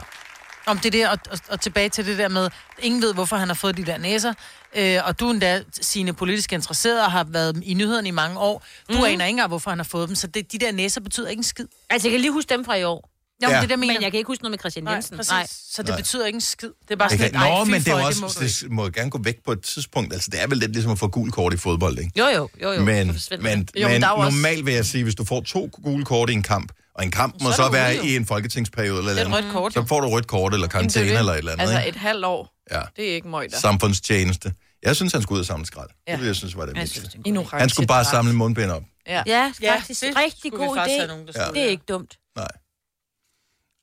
S2: Om det der, og, og, og tilbage til det der med, ingen ved, hvorfor han har fået de der næser, øh, og du er endda sine politisk interesserede og har været i nyhederne i mange år. Du mm.
S6: Mhm.
S2: aner ikke engang, hvorfor han har fået dem, så det, de der næser betyder ikke en skid.
S6: Altså, jeg kan lige huske dem fra i år.
S2: Jo, ja. det
S1: Ja.
S2: er det, jeg mener.
S6: Men jeg kan ikke huske noget med Christian Jensen.
S2: Nej, præcis. Nej. Så det
S1: Nej.
S2: betyder ikke en skid. Det er bare
S6: Altså,
S2: sådan
S1: Okay.
S2: lidt, ej,
S1: Nå,
S2: fy
S1: men det, er
S2: for,
S1: jo
S2: må
S1: også,
S2: du ikke.
S1: det må jo gerne gå væk på et tidspunkt. Altså, det er vel lidt ligesom at få gul kort i fodbold, ikke?
S6: Jo, jo, jo, jo.
S1: Men,
S6: Så
S1: men,
S6: forsvinder
S1: men,
S6: det.
S1: men normalt vil jeg sige, hvis du får to gule kort i en kamp, og Og en kamp må
S4: Så
S1: så,
S4: er
S1: så
S4: du
S1: være
S4: ude, jo.
S1: i en folketingsperiode eller
S4: Det er et
S1: andet.
S4: rødt kort,
S1: Så
S4: jo.
S1: får du rødt kort eller karantæne eller et eller andet.
S4: Altså
S1: ikke?
S4: et halvt år.
S1: Ja.
S4: Det er ikke møjter.
S1: Samfundstjeneste. Jeg synes, han skulle ud og samle skrald.
S4: Ja.
S1: Det ville jeg synes var det
S4: Jeg
S1: vigtigste.
S4: synes, det er en god idé.
S1: Han skulle bare
S4: Ignorant
S1: samle mundbind op.
S4: Ja,
S6: ja, faktisk
S4: det
S6: rigtig
S4: skulle vi
S6: god
S4: faktisk
S6: idé.
S4: have nogen, der
S1: Ja.
S6: Ja. Det er ikke dumt.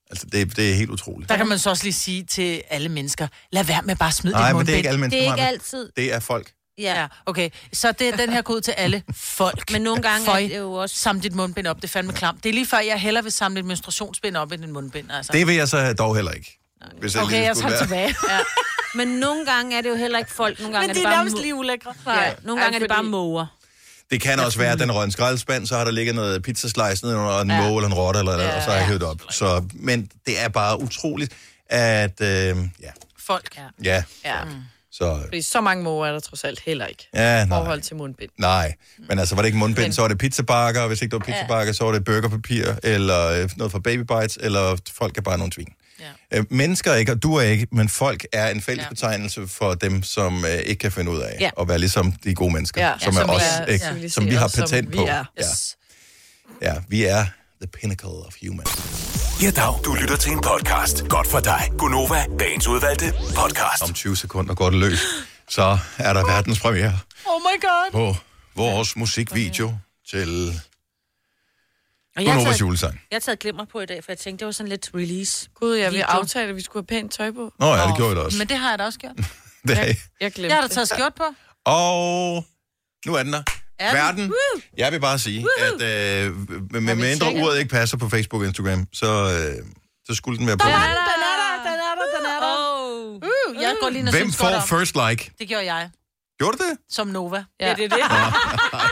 S1: Altså, det, det er helt utroligt.
S2: Der kan man så også lige sige til alle mennesker, lad være med bare at smide
S1: Nej,
S2: dit
S1: men det er
S2: mundbind.
S1: ikke alle mennesker. Maja. Det er folk.
S2: Ja. ja, okay. Så det er den her kode til alle folk. Men nogle gange Føj, er det jo også... Samle dit mundbind op, det er fandme klamt. Det er lige før, jeg hellere vil samle et menstruationsbind op end en mundbind. Altså.
S1: Det vil jeg så dog heller ikke. Hvis jeg
S2: Okay,
S1: lige
S2: jeg
S1: skulle
S2: tager
S1: være.
S2: tilbage.
S6: Ja. Men nogle gange er det jo heller ikke folk. Nogle gange
S2: Men
S6: er
S2: de
S6: det
S2: er
S6: bare
S2: nærmest
S6: mo-
S2: lige ulækre.
S6: Ja. Nogle gange er det bare måger.
S1: Det kan også være, at den røg en skraldespand, så har der ligget noget pizzaslice ned under en ja. måge eller en rotte, eller, eller, og så har jeg hævet op. Så, men det er bare utroligt, at... Øh, ja,
S2: Folk. Ja. Mm.
S1: ja,
S4: ja.
S1: så...
S4: Fordi så mange måger er der trods alt heller ikke.
S1: Ja,
S4: I
S1: nej.
S4: forhold til mundbind.
S1: Nej, men altså var det ikke mundbind, så var det pizzabakker, og hvis ikke det var pizzabakker, så var det burgerpapir, eller øh, noget fra Baby Bites, eller folk er bare nogle svin. Ja. Øh, mennesker er ikke, og du er ikke, men folk er en fælles ja. betegnelse for dem, som øh, ikke kan finde ud af
S2: Ja.
S1: at være ligesom de gode mennesker,
S2: Ja.
S1: som
S2: Ja,
S1: er
S2: som vi
S1: os,
S2: er
S1: ikke?
S2: civiliseret,
S1: som vi har
S2: som
S1: patent
S2: vi
S1: på.
S2: er.
S1: Ja.
S2: Yes.
S1: ja, vi er the pinnacle of humans.
S5: Ja, dag. Du lytter til en podcast. Godt for dig. Gunova, dagens udvalgte podcast.
S1: Om 20 sekunder går det løs, så er der verdenspremiere
S2: Oh my god.
S1: på vores musikvideo til
S6: Og jeg har
S1: Gunovas
S6: taget,
S1: julesang.
S6: jeg har taget glimmer på i dag, for jeg tænkte, det var sådan lidt release.
S4: Gud, jeg vil
S6: Video.
S4: aftale, at vi skulle have pænt tøj på.
S1: Nå ja, det gjorde jeg da også.
S2: Men det har jeg da også gjort.
S1: Det er-
S4: Jeg glemte
S2: Jeg har da
S4: det.
S2: taget skjort på.
S1: Og nu er den der.
S2: Er den?
S1: Verden.
S2: Woo!
S1: Jeg vil bare sige,
S2: Woohoo!
S1: at øh, med mindre
S2: tjekker.
S1: uret ikke passer på Facebook og Instagram, så, øh, så skulle den være på.
S2: Den er der, den er der, den er der, den er der. Uh, jeg går lige ind og
S1: Hvem
S2: synes godt
S1: får
S2: om.
S1: first like?
S2: Det gjorde jeg,
S1: Gjorde du det?
S2: som Nova.
S4: Ja, det er det.
S1: Ej,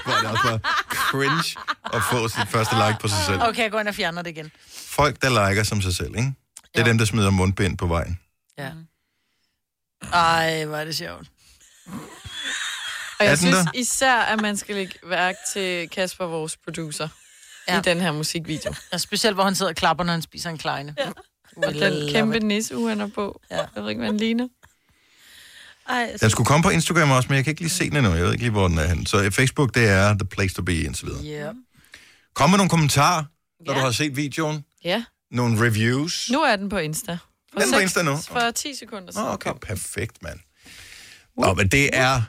S1: hvor er det også bare cringe at få sit første like på sig selv.
S2: Okay, jeg går ind og fjerner det igen.
S1: Folk, der liker som sig selv, ikke? Det er dem, der smider mundbind på vejen.
S2: Ja. Ej, hvor er det sjovt.
S4: Og
S1: Er
S4: jeg
S1: den
S4: synes
S1: der?
S4: især, at man skal lægge værk til Kasper, vores producer,
S2: Ja.
S4: ja. i den her musikvideo.
S2: Ja, specielt, hvor han sidder og klapper, når han spiser en kleine. Ja.
S4: Og den kæmpe nisseuge, han er på. Ja. Jeg ved ikke, hvad han ligner.
S6: Ej,
S1: Den skulle komme på Instagram også, men jeg kan ikke lige se den endnu. Jeg ved ikke lige, hvor den er henne. Så øh, Facebook, det er the place to be, indtil videre.
S2: Ja.
S1: Kom med nogle kommentarer, når
S4: Ja.
S1: du har set videoen.
S4: Ja,
S1: Nogle reviews.
S4: nu er den på Insta. For
S1: Den er på
S4: seks-
S1: Insta nu?
S4: For 10 sekunder
S1: Nå,
S4: siden.
S1: okay, perfekt, mand. Nå, men det er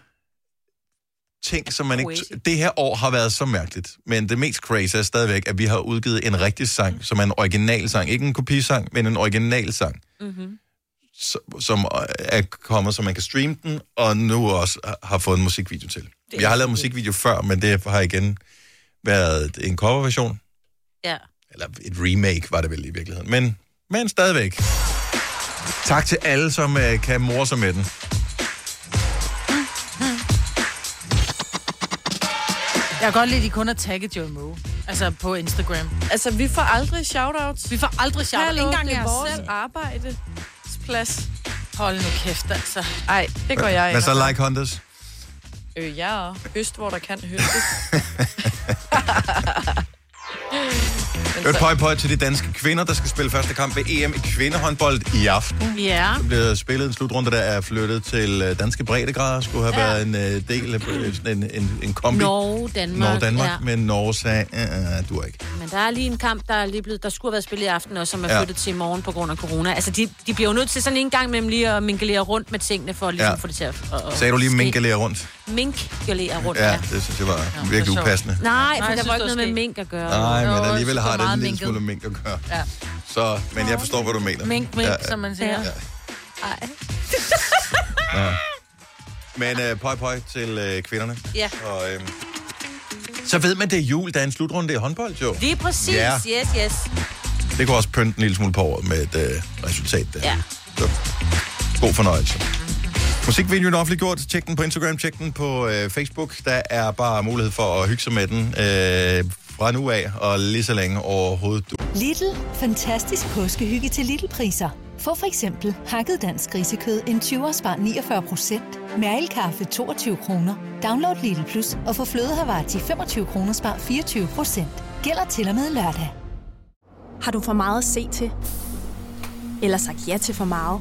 S1: ting, som man ikke... Det her år har været så mærkeligt, men det mest crazy er stadigvæk, at vi har udgivet en rigtig sang, som er en original sang. Ikke en kopisang, men en original sang,
S6: Mm-hmm.
S1: som- som er kommet, så man kan streame den, og nu også har fået en musikvideo til.
S6: er
S1: Jeg har lavet
S6: så
S1: musikvideo før, men det har igen været en coverversion,
S6: Ja.
S1: eller et remake var det vel i virkeligheden, men, men stadigvæk. Tak til alle, som øh, kan morse sig med den.
S2: Jeg kan godt lide, at de kun har tagget Joey Moe. Altså på Instagram.
S4: Altså, vi får aldrig shoutouts.
S2: Vi får aldrig shout. Ikke
S4: Hallo,
S2: engang
S4: det er
S2: jeg
S4: vores
S2: selv.
S4: arbejdeplads.
S2: Hold nu kæft, altså.
S4: Ej, det går jeg
S1: Men
S4: ind.
S1: så
S4: og-
S1: like hunters.
S4: Øh, jeg og høst, hvor der kan høstes.
S1: Øvrigt pøj pøj til de danske kvinder, der skal spille første kamp ved EM i kvindehåndbold i aften.
S2: Ja.
S1: Der bliver spillet en slutrunde, der er flyttet til øh, danske breddegrader. Skulle have været en øh, del af øh, sådan en, en, en kombi.
S6: Norge, Danmark.
S1: Norge Danmark,
S6: Ja.
S1: men Norge sagde, "Øh, øh, du er ikke.
S6: Men der er lige en kamp, der er lige blevet, der skulle have været spillet i aften, og som er
S1: Ja.
S6: ja. flyttet til i morgen på grund af corona. Altså, de, de bliver jo nødt til sådan en gang imellem lige at minkelere rundt med tingene, for ligesom
S1: Ja.
S6: ja. at få det til at... at- at
S1: Sagde du lige
S6: ske.
S1: minkalere rundt?
S6: Minkelere rundt,
S1: Ja,
S6: ja.
S1: det synes jeg var
S2: det er
S1: virkelig
S2: sjovt.
S1: upassende.
S6: Nej, for der
S2: jeg synes,
S6: var
S2: det
S6: ikke
S2: var
S6: noget med
S2: sket.
S6: mink at gøre.
S1: Nej,
S2: Jo,
S1: men
S2: jeg
S1: alligevel
S2: synes,
S1: har
S2: det
S1: det
S2: var meget
S1: en lille
S2: minket.
S1: smule mink at gøre.
S2: Ja.
S1: Så, men jeg forstår, hvad du mener.
S2: Mink, mink,
S1: Ja,
S2: ja. som man siger. Ja.
S1: Men øh, pøj pøj til øh, kvinderne.
S6: Ja.
S1: Og, øh, så ved man, det er jul, der er en slutrunde i håndbold, jo.
S6: Lige præcis,
S1: Ja.
S6: yeah. yes, yes.
S1: Det kunne også pynte en lille smule på året med et øh, resultat der.
S6: Ja.
S1: Så, god fornøjelse. Musikvideoen er offentliggjort. Tjek den på Instagram, tjek den på øh, Facebook. Der er bare mulighed for at hygge sig med den øh, fra nu af og lige så længe overhovedet du.
S8: Lidl. Fantastisk påskehygge til Lidl-priser. Få for eksempel hakket dansk grisekød en 20 spar 49 mærelkaffe 22 kroner. Download Lidl Plus og få flødehavarti 25 kroner spar 24 Gælder til og med lørdag.
S11: Har du for meget at se til? Eller sagt ja til for meget?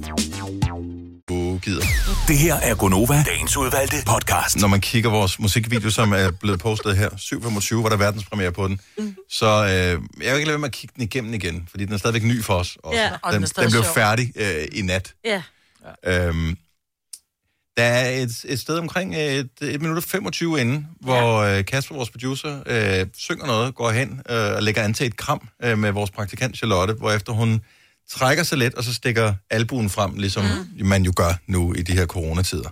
S1: Gider.
S5: Det her er Gonova, dagens udvalgte podcast.
S1: Når man kigger vores musikvideo, som er blevet postet her, 7.25, var der verdenspremiere på den, mm. så øh, jeg vil ikke lade være med at kigge den igennem igen, fordi den er stadigvæk ny for os. Også.
S2: Ja, og
S1: den,
S2: den er
S1: den,
S2: stadig
S1: den blev
S2: sjov.
S1: færdig øh, i nat.
S2: Ja.
S1: Øhm, der er et, et sted omkring øh, et, et minut og 25 inden, hvor ja. øh, Kasper, vores producer, øh, synger noget, går hen øh, og lægger an til et kram øh, med vores praktikant Charlotte, hvorefter hun trækker sig lidt, og så stikker albuen frem, ligesom mm. man jo gør nu i de her coronatider.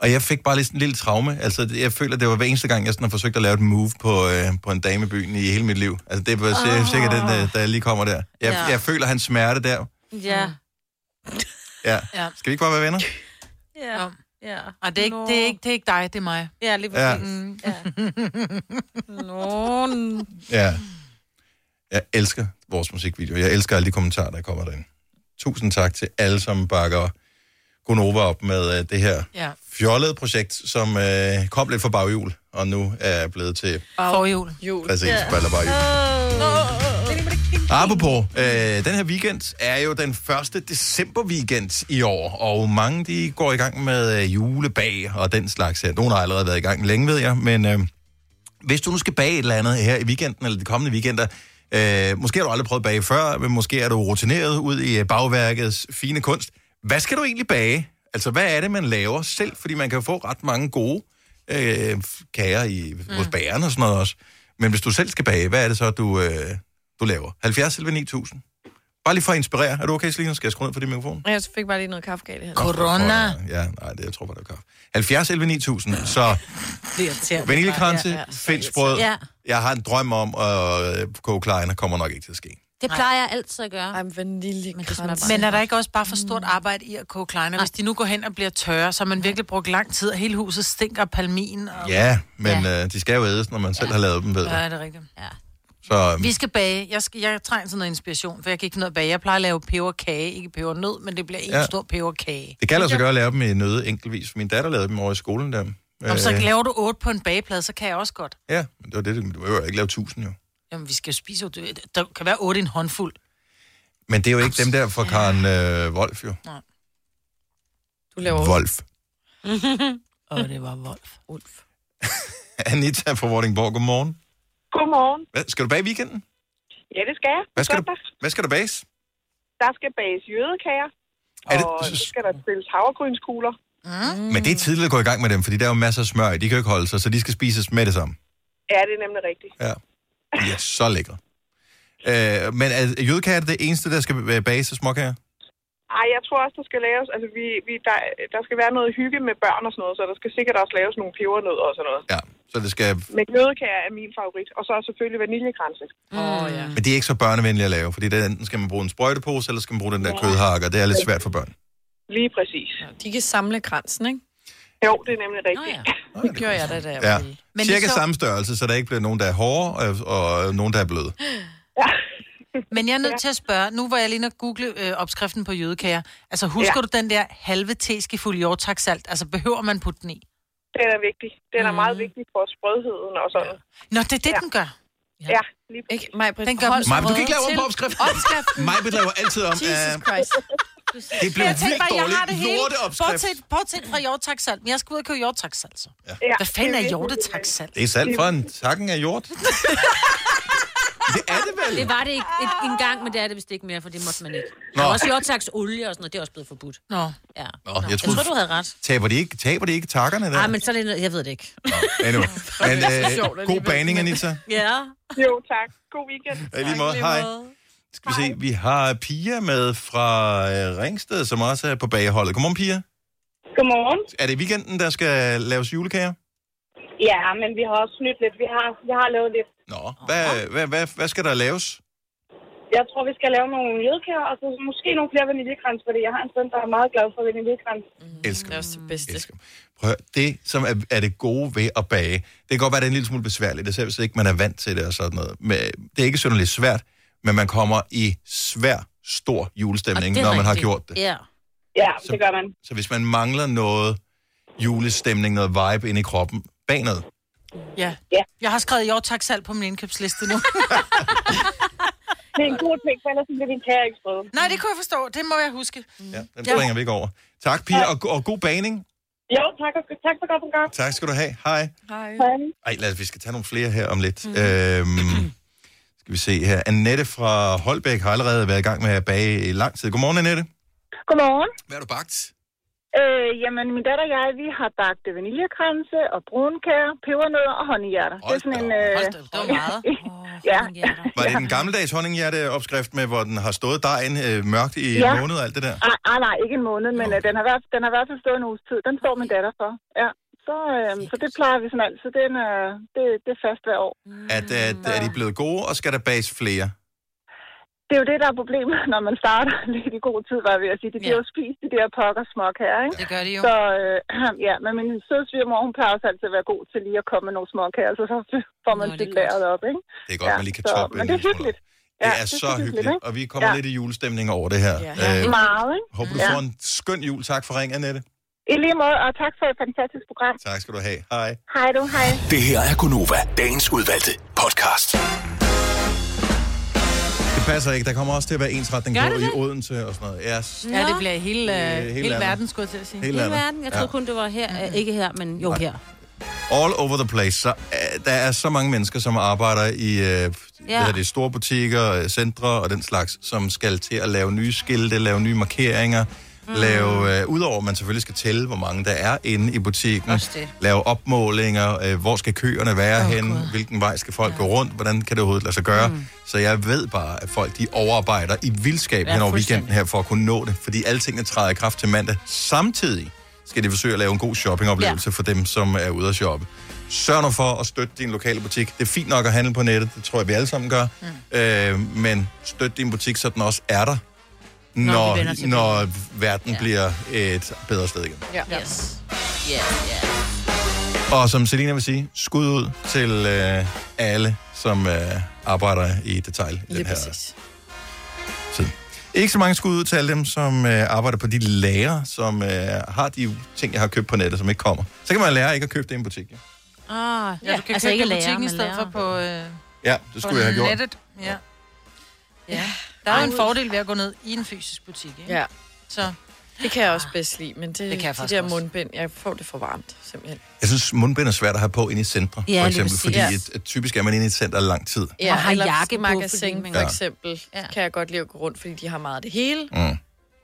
S1: Og jeg fik bare lidt sådan en lille traume. Altså, jeg føler, det var hver eneste gang, jeg sådan har forsøgt at lave et move på, øh, på en dame i byen i hele mit liv. Altså, det var oh.
S6: Åh.
S1: sikkert den, der, der lige kommer der. Jeg,
S6: Ja.
S1: ja. jeg føler hans smerte der.
S6: Ja.
S1: Ja.
S2: Ja.
S1: Skal vi ikke bare være venner?
S2: Ja. ja. Og det er, ikke, det, er ikke, det er ikke dig, det er mig.
S6: Ja, lige
S1: Ja.
S2: præcis.
S6: Ja. Nå.
S1: Ja. Jeg elsker vores musikvideo. Jeg elsker alle de kommentarer, der kommer derind. Tusind tak til alle, som bakker Gunova op med øh, det her
S2: Ja.
S1: fjollede projekt, som øh, kom lidt fra baghjul, og nu er blevet til...
S2: Forhjul. Jul.
S1: Præcis, ballerbarhjul. Apropos, øh, den her weekend er jo den første december weekend i år, og mange de går i gang med øh, julebag og den slags her. Nogle har allerede været i gang længe, ved jeg, men øh, hvis du nu skal bage et eller andet her i weekenden eller de kommende weekender, øh, måske har du aldrig prøvet at bage før, men måske er du rutineret ud i øh, bagværkets fine kunst. Hvad skal du egentlig bage? Altså, hvad er det, man laver selv? Fordi man kan få ret mange gode øh, kager i, hos bageren og sådan noget også. Men hvis du selv skal bage, hvad er det så, du, øh, du laver? 70 eller 9000? Bare lige for at inspirere. Er du okay, Selina? Skal jeg skrue ned for din mikrofon?
S4: Jeg fik bare lige noget kaffegalt i halsen.
S1: Ja, nej, det jeg tror bare, det er kaffe. 70 11 9000, så
S2: Det er irriterende.
S1: vaniljekranse,
S2: Ja,
S1: ja,
S2: ja.
S1: fedtsprød.
S6: Ja.
S1: Ja. Jeg har en drøm om at øh, koge kleiner, kommer nok ikke til at ske.
S6: Det plejer jeg altid at gøre. Ej,
S2: Kranse.
S6: vaniljekranse.
S2: Men er der ikke også bare for stort arbejde i at koge kleiner? Hvis de nu går hen og bliver tørre, så har man virkelig brugt lang tid, og hele huset stinker af palmin. Og...
S1: Ja, men ja. Øh, de skal jo ædes, når man selv ja. har lavet dem, ved
S2: Ja,
S1: ja.
S2: det er rigtigt. Ja.
S1: Så øhm,
S2: Vi skal bage. Jeg, skal, jeg trænger til noget inspiration, for jeg kan ikke finde noget at bage. Jeg plejer at lave peberkage, ikke pebernød, men det bliver en
S1: Ja.
S2: ja. stor peberkage.
S1: det kan lade sig gøre at lave dem i nøde enkeltvis. Min datter lavede dem over i skolen der.
S2: Om så
S1: Øh,
S2: laver du otte på en bageplade, så kan jeg også godt.
S1: Ja, men det var det, du du behøver ikke lave tusind jo.
S2: Jamen, vi skal jo spise otte. Der kan være otte i en håndfuld.
S1: Men det er jo ikke dem der fra Karen øh, Wolf jo.
S4: Du laver
S1: Wolf.
S2: og det var Wolf.
S4: Ulf.
S1: Anita fra Vordingborg, godmorgen.
S12: Godmorgen.
S1: Hvad, skal du bage i weekenden?
S12: Ja, det skal jeg.
S1: Hvad skal, du, hvad skal du bages?
S12: Der skal bages jødekager,
S1: Er det,
S12: og så skal der stilles havregrynskugler. Mm.
S1: men det er tidligt at gå i gang med dem, fordi der er jo masser af smør i. De kan jo ikke holde sig, så de skal spises med det samme.
S12: Ja, det er nemlig rigtigt.
S1: Ja. De er så lækre. Øh, men er jødekager det eneste, der skal øh, bages af småkager?
S12: Ej, jeg tror også, der skal laves... Altså, vi, vi, der, der skal være noget hygge med børn og sådan noget, så der skal sikkert også laves nogle pebernødder og sådan noget.
S1: Ja. Så det skal...
S12: Men jødekager er min favorit, og så er selvfølgelig vaniljekranse. Åh, mm. oh, ja.
S1: Men det er ikke så børnevenligt at lave, fordi det, er enten skal man bruge en sprøjtepose, eller skal man bruge den der kødhakker. Det er lidt svært for børn.
S12: Lige præcis.
S4: Mm. De kan samle kransen, ikke?
S12: Jo, det er nemlig rigtigt. Nå,
S4: ja. Det gjorde jeg da, da jeg
S1: Ja.
S4: var lille.
S1: Men Cirka så... samme størrelse, så der ikke bliver nogen, der er hårde, og, og øh, nogen, der er bløde.
S2: Men jeg er nødt til at spørge, nu var jeg lige nødt google øh, opskriften på jødekager. Altså, husker
S12: Ja.
S2: ja. du den der halve teskefuld jordtaksalt? Altså, behøver man putte den i?
S12: Den er vigtig. Den er meget vigtig for sprødheden og sådan.
S2: Nå, det er det, ja. den gør.
S12: Ja, ja lige præcis.
S4: Ikke, mig,
S2: Den gør dem
S1: Maja, du kan
S2: sprøde
S1: ikke lave om
S2: til
S1: på opskriften.
S2: opskriften.
S1: Majbrit laver altid om.
S2: Jesus
S1: Øh,
S2: Christ.
S1: Det blev
S2: Jeg tænkte
S1: vildt
S2: bare, jeg har
S1: dårligt.
S2: det hele.
S1: Lorteopskrift.
S2: Bortset, bortset fra jordtaksalt. Men jeg skal ud og købe jordtaksalt, så. Ja.
S12: Ja,
S2: Hvad
S12: det
S2: fanden
S12: er
S2: er
S12: virkelig
S2: jordetaksalt?
S1: Det er salt fra en takken af jord. det er det vel?
S6: Det var det ikke et, en gang, men det er det vist ikke mere, for det måtte man ikke. Nå.
S1: Nå.
S6: Og også jordtaks olie og sådan noget, det er også blevet forbudt.
S2: Nå. Ja.
S6: Nå.
S1: Nå, jeg
S6: jeg
S1: troede-
S6: tror, du havde ret.
S1: Taber de ikke, taber de ikke takkerne der?
S6: Nej, men så er det noget, jeg ved det ikke.
S1: Anyway. Men,
S6: Det er så
S1: øh,
S6: sjovt
S1: god baning, Anita.
S6: Ja.
S12: Jo, tak. God weekend.
S1: Ja, i lige måde. Hej. Skal vi se, vi har Pia med fra øh, Ringsted, som også er på bageholdet. Godmorgen, Pia.
S13: Godmorgen.
S1: Er det i weekenden, der skal laves julekager?
S13: Ja, men vi har også snydt lidt. Vi har, vi har lavet lidt.
S1: Nå. Hvad, hvad, hvad, hvad skal der laves?
S13: Jeg tror, vi skal lave nogle jødekager, og så måske nogle flere vaniljekrans, fordi jeg har en søn, der er meget glad for vaniljekrans.
S1: Elsker.
S4: Det er også det bedste. Elsker.
S1: Prøv at høre, det, som er, er det gode ved at bage, det kan godt være, det er en lille smule besværligt, især hvis ikke man er vant til det og sådan noget. Men øh, det er ikke sådan lidt svært, men man kommer i svær, stor julestemning, når man har gjort det.
S6: Ja.
S13: Ja, det gør man.
S1: Så hvis man mangler noget julestemning, noget vibe inde i kroppen, bag noget.
S2: Ja. ja. Jeg har skrevet jo tak salg på min indkøbsliste nu.
S13: det er en god ting, for ellers så bliver din kære ikke sprøde.
S2: Nej, det kunne jeg forstå. Det må jeg huske.
S1: Ja, den springer vi ikke over. Tak, Pia, og, og god baning.
S13: Jo, tak, og, tak for godt program.
S1: Tak skal du have. Hej.
S4: Hej.
S1: Ej, lad os, vi skal tage nogle flere her om lidt. Mm. Øhm, skal vi se her. Annette fra Holbæk har allerede været i gang med at bage i lang tid. Godmorgen, Annette.
S14: Godmorgen.
S1: Hvad har du bagt?
S14: Øh, jamen, min datter og jeg, vi har bagt vaniljekranse og brunkager, pebernødder og honninghjerter. Det er sådan en... Øh...
S6: Det var meget.
S14: ja.
S1: Var det den gammeldags honninghjerte-opskrift med, hvor den har stået dejen øh, mørkt i ja. en måned og alt det der?
S14: Ah, ah, nej, ikke en måned, men øh, den, har været, den har i hvert fald stået en uges tid. Den står min datter for. Ja. Så, øh, så det plejer vi sådan altid. Den, øh, det, det er fast hver år.
S1: At, at, er de blevet gode, og skal der bages flere?
S14: det er jo det, der er problemet, når man starter lidt i god tid, var jeg ved at sige. De bliver ja. jo spist, de der pokker småk her, ikke?
S2: Det gør de jo.
S14: Så øh, ja, men min søde svigermor, hun plejer også altid at være god til lige at komme med nogle småk her, så så får man det læret op, ikke?
S1: Det er godt,
S14: ja,
S1: man lige kan
S14: så,
S1: toppe
S14: Men
S1: en
S14: det er
S1: lille smule
S14: hyggeligt.
S1: Det er så hyggeligt, og vi kommer
S14: Ja.
S1: lidt i julestemning over det her.
S14: Ja.
S1: Øh,
S14: Meget, ikke?
S1: Håber du
S14: Ja.
S1: får en skøn jul. Tak for ringen, Annette.
S14: I lige måde, og tak for et fantastisk program.
S1: Tak skal du have. Hej.
S14: Hej du, hej.
S5: Det her er Gunova, dagens udvalgte podcast.
S1: Det passer ikke. Der kommer også til at være ensretning
S2: Gør
S1: på
S2: det
S1: i
S2: det?
S1: Odense og sådan noget. Ja, s-
S2: Ja, det bliver hele,
S1: Øh,
S2: øh,
S1: hele
S2: hele
S1: landet.
S2: verden, skulle jeg til at sige.
S1: Hele
S6: Hele
S1: landet.
S6: verden. Jeg troede
S1: Ja.
S6: kun, det var her. øh, Ikke her, men jo
S1: Nej.
S6: her.
S1: all over the place. Så, øh, der er så mange mennesker, som arbejder i øh, ja. hvad er det, store butikker, øh, centre og den slags, som skal til at lave nye skilte, lave nye markeringer, mm. lave, øh, udover at man selvfølgelig skal tælle, hvor mange der er inde i butikken, lave opmålinger, øh, hvor skal køerne være oh, hen, hvilken vej skal folk ja. gå rundt, hvordan kan det overhovedet lade sig gøre. Mm. Så jeg ved bare, at folk de overarbejder i vildskab
S15: Ja,
S1: hen over
S15: fuldstændig.
S1: weekenden her for at kunne nå det, fordi alle tingene træder i kraft til mandag. Samtidig skal de forsøge at lave en god shoppingoplevelse ja. for dem, som er ude at shoppe. Sørg nu for at støtte din lokale butik. Det er fint nok at handle på nettet, det tror jeg, vi alle sammen gør. Mm. Øh, men støt din butik, så den også er der,
S6: Når vi
S1: når,
S6: vender tilbage.
S1: når verden ja. bliver et bedre sted igen.
S6: Ja. Yes. Yeah, yeah.
S1: Og som Selina vil sige, skud ud til øh, alle, som øh, arbejder i detail i den her tid. Ikke så mange skud ud til alle dem, som øh, arbejder på de lager, som øh, har de ting, jeg har købt på nettet, som ikke kommer. Så kan man lære ikke at købe det i en butik. Ja,
S2: Ah, ja, du kan
S6: altså
S2: altså købe
S6: ikke
S2: ikke i
S6: lærer,
S2: butikken i
S6: men
S2: stedet for
S6: lærer.
S2: på, øh,
S1: ja det skulle jeg have gjort.
S2: nettet. Ja. ja. Der er jo en fordel ved at gå ned i en fysisk butik, ikke?
S4: Ja.
S2: Så.
S4: Det kan jeg også bedst lide, men det, det
S2: kan jeg
S4: de
S2: faktisk
S4: der
S2: også.
S4: mundbind, jeg får det for varmt, simpelthen.
S1: Jeg synes, mundbind er svært at have på inde i centre,
S4: Ja,
S1: for
S4: lige
S1: eksempel,
S4: præcis.
S1: fordi
S4: Ja.
S1: et, et, typisk er man inde i et center lang tid.
S4: Ja,
S6: Og har
S4: eller
S6: jakke på,
S4: magasin,
S6: fordi man-
S4: for
S1: Ja.
S4: eksempel, ja. kan jeg godt lide at gå rundt, fordi de har meget af det hele.
S1: Mm.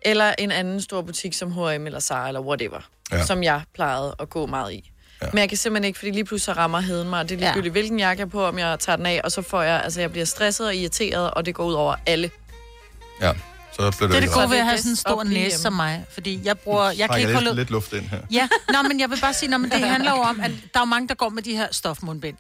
S4: Eller en anden stor butik som H&M eller Zara eller whatever,
S1: Ja.
S4: ja. som jeg plejede at gå meget i. Ja. Men jeg kan simpelthen ikke, fordi lige pludselig så rammer heden mig. og Det er ligegyldigt, ja. hvilken jakke jeg er på, om jeg tager den af, og så får jeg, altså jeg bliver stresset og irriteret, og det går ud over alle.
S1: Ja, så bliver
S2: Det
S1: det,
S2: er det gode
S4: Så
S2: ved
S4: det
S2: at
S4: er
S2: have
S4: bedst
S2: sådan en stor
S4: at blive
S2: næse
S4: hjemme.
S2: som mig, fordi jeg bruger... Jeg kan ikke holde
S1: lidt, lidt luft ind her.
S2: Ja, nå, men jeg vil bare sige, nå, men det handler jo om, at der er jo mange, der går med de her stofmundbind.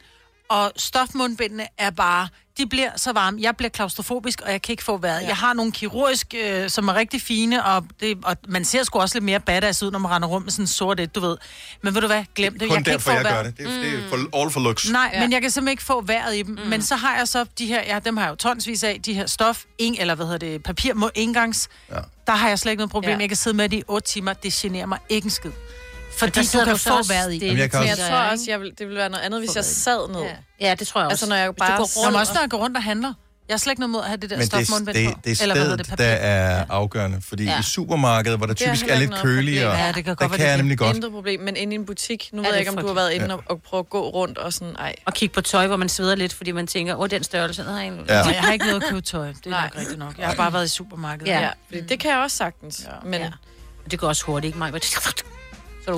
S2: Og stofmundbindene er bare, de bliver så varme. Jeg bliver klaustrofobisk, og jeg kan ikke få vejret. Ja. Jeg har nogle kirurgisk, øh, som er rigtig fine, og, det, og man ser sgu også lidt mere badass ud, når man render rundt med sådan en sort et, du ved. Men ved du hvad, glem det.
S1: Kun
S2: jeg kan ikke
S1: derfor,
S2: få
S1: jeg gør
S2: vejret.
S1: det. Det er, det er for, all for looks.
S2: Nej, ja. men jeg kan simpelthen ikke få vejret i dem. Mm. Men så har jeg så de her, ja, dem har jeg jo tonsvis af, de her stof, en, eller hvad hedder det, papir, må engangs. Ja. Der har jeg slet ikke noget problem. Ja.
S6: Ja.
S2: Jeg kan sidde med det i 8 timer. Det generer mig ikke en skid. Fordi
S6: der
S2: du
S6: sidder
S2: kan
S6: du så
S2: få
S6: også
S2: vejret i.
S6: stille, Jamen, jeg kan
S4: Men jeg
S6: også-
S4: tror også, jeg vil, det ville være noget andet, hvis jeg sad ned.
S6: Ja, det tror jeg også.
S4: Altså, når jeg
S6: Hvis du
S4: bare
S6: går
S2: Nå, men
S6: rundt
S2: også når jeg går rundt og handler. Jeg har slet ikke noget mod at have det der
S1: Men det, er-
S2: stofmundbind
S1: det,
S2: på.
S1: det er
S2: Eller hvad hedder det,
S1: stedet,
S2: papir?
S1: der er afgørende. Fordi
S2: Ja.
S1: ja. i supermarkedet, hvor der
S4: Det er
S1: typisk
S4: heller
S1: er
S4: ikke
S1: lidt
S4: noget
S1: køligere,
S4: problem.
S2: Ja, det kan
S1: der
S2: godt
S1: kan
S2: være, det
S1: jeg nemlig godt.
S4: Intet problem, men inde i en butik, nu
S6: Ja,
S4: ved
S6: det
S4: jeg ikke,
S6: er
S4: om du har været inde
S1: Ja.
S4: og, og prøve at gå rundt og sådan, ej.
S6: og kigge på tøj, hvor man sveder lidt, fordi man tænker, åh, den størrelse har jeg
S1: Ja.
S2: Nej, jeg har ikke noget at købe tøj. Det er nok rigtigt nok. Jeg har bare været i supermarkedet.
S6: Ja.
S4: Ja, fordi det kan jeg også sagtens. Ja. Men
S6: Det går også hurtigt, ikke mig?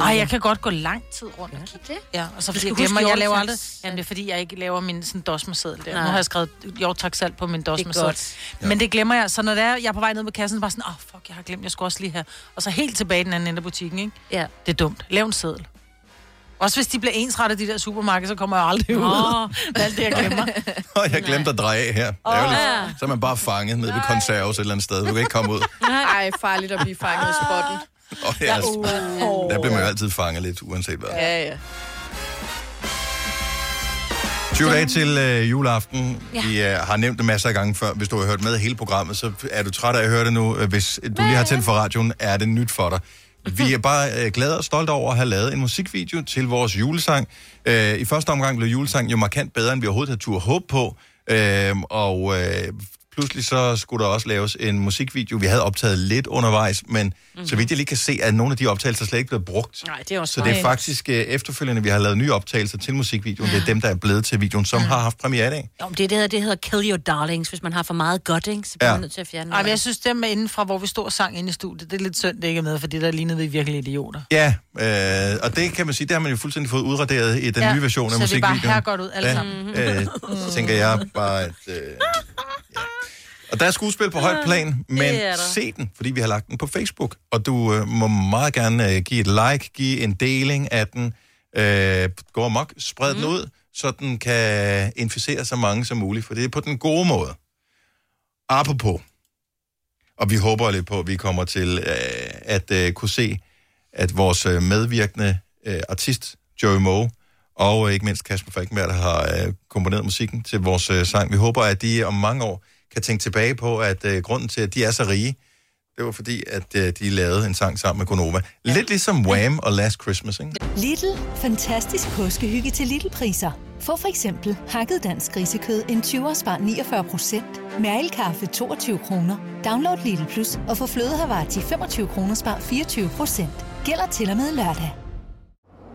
S2: Ej, jeg kan godt gå lang tid rundt og kigge. Ja, og så
S6: Du
S2: fordi
S6: skal
S2: jeg
S6: huske
S2: glemmer, jeg laver aldrig...
S6: hjortesaks.
S2: Jamen, det er fordi, jeg ikke laver min sådan dosmerseddel der.
S6: Nej.
S2: Nej. Nu har jeg skrevet jordtaksalt på min dosmerseddel.
S6: godt.
S2: Men det glemmer jeg. Så når det er, jeg er på vej ned på kassen, så er jeg bare sådan, åh, oh, fuck, jeg har glemt, jeg skulle også lige her. Og så helt tilbage i den anden ende af butikken, ikke?
S6: Ja.
S2: Det er dumt. Lav en seddel. Også hvis de bliver ensrettet, de der supermarkeder, så kommer jeg aldrig ud.
S6: Nå,
S2: med alt det, jeg glemmer.
S1: Og jeg glemte at dreje af her. Ærgerligt. Så er man bare fanget nede ved konserves et eller andet sted. Du kan ikke komme ud.
S4: Ej, farligt at blive fanget i spotten.
S1: Og
S4: Ja,
S1: yes.
S4: uh.
S1: altså. Der bliver man jo altid fanget lidt, uanset hvad.
S4: Ja, ja.
S1: 20 dage til øh, juleaften.
S6: Mm. Ja.
S1: Ja. Vi øh, har nævnt det masser af gange før. Hvis du har hørt med hele programmet, så er du træt af at høre det nu. Øh, Hvis du lige har tændt for radioen, er det nyt for dig. Vi er bare øh, glade og stolte over at have lavet en musikvideo til vores julesang. Øh, I første omgang blev julesang jo markant bedre, end vi overhovedet havde tur håb på. Øh, og øh, pludselig så skulle der også laves en musikvideo. Vi havde optaget lidt undervejs, men mm-hmm. så vidt jeg lige kan se, at nogle af de optagelser slet ikke blevet brugt.
S6: Mhm. Nej, det er også
S1: Så det er
S6: smart.
S1: faktisk øh, efterfølgende, vi har lavet nye optagelser til musikvideoen. Det er dem, der er blevet til videoen, som har haft premiere i dag.
S6: Jo, men det, er det, her, det hedder Kill Your Darlings. Hvis man har for meget godt, ikke? så bliver
S1: Ja.
S6: man nødt til at fjerne
S2: Ej, men
S6: noget.
S2: jeg synes, dem inden fra, hvor vi stod og sang inde i studiet, det er lidt synd, det ikke er med, for det der lignede vi virkelig idioter.
S1: Ja, øh, og det kan man sige, det har man jo fuldstændig fået udraderet i den
S2: Ja,
S1: nye version af
S2: så vi bare
S1: musikvideoen.
S2: her godt ud, alle sammen.
S1: Øh, så tænker jeg bare, at... Øh, ja. Og der er skuespil på højt plan, men
S6: Det er der.
S1: se den, fordi vi har lagt den på Facebook. Og du øh, må meget gerne øh, give et like, give en deling af den. Øh, gå amok, spred
S2: Mhm.
S1: mm. den ud, så den kan inficere så mange som muligt, for det er på den gode måde. Apropos. Og vi håber lidt på, at vi kommer til øh, at øh, kunne se, at vores øh, medvirkende øh, artist, Joey Moe, og øh, ikke mindst Kasper Falkenberg, der har øh, komponeret musikken til vores øh, sang. Vi håber, at de om mange år kan tænke tilbage på, at øh, grunden til, at de er så rige, det var fordi, at øh, de lavede en sang sammen med Konova. Lidt ligesom Wham! og Last Christmas, ikke?
S8: Lidl. Fantastisk påskehygge til Lidl-priser. Få for eksempel hakket dansk grisekød en 20 spar 49 procent. Mærelkaffe 22 kroner. Download Lidl Plus og få flødehavar til 25 kroner spar 24 procent. Gælder til og med lørdag.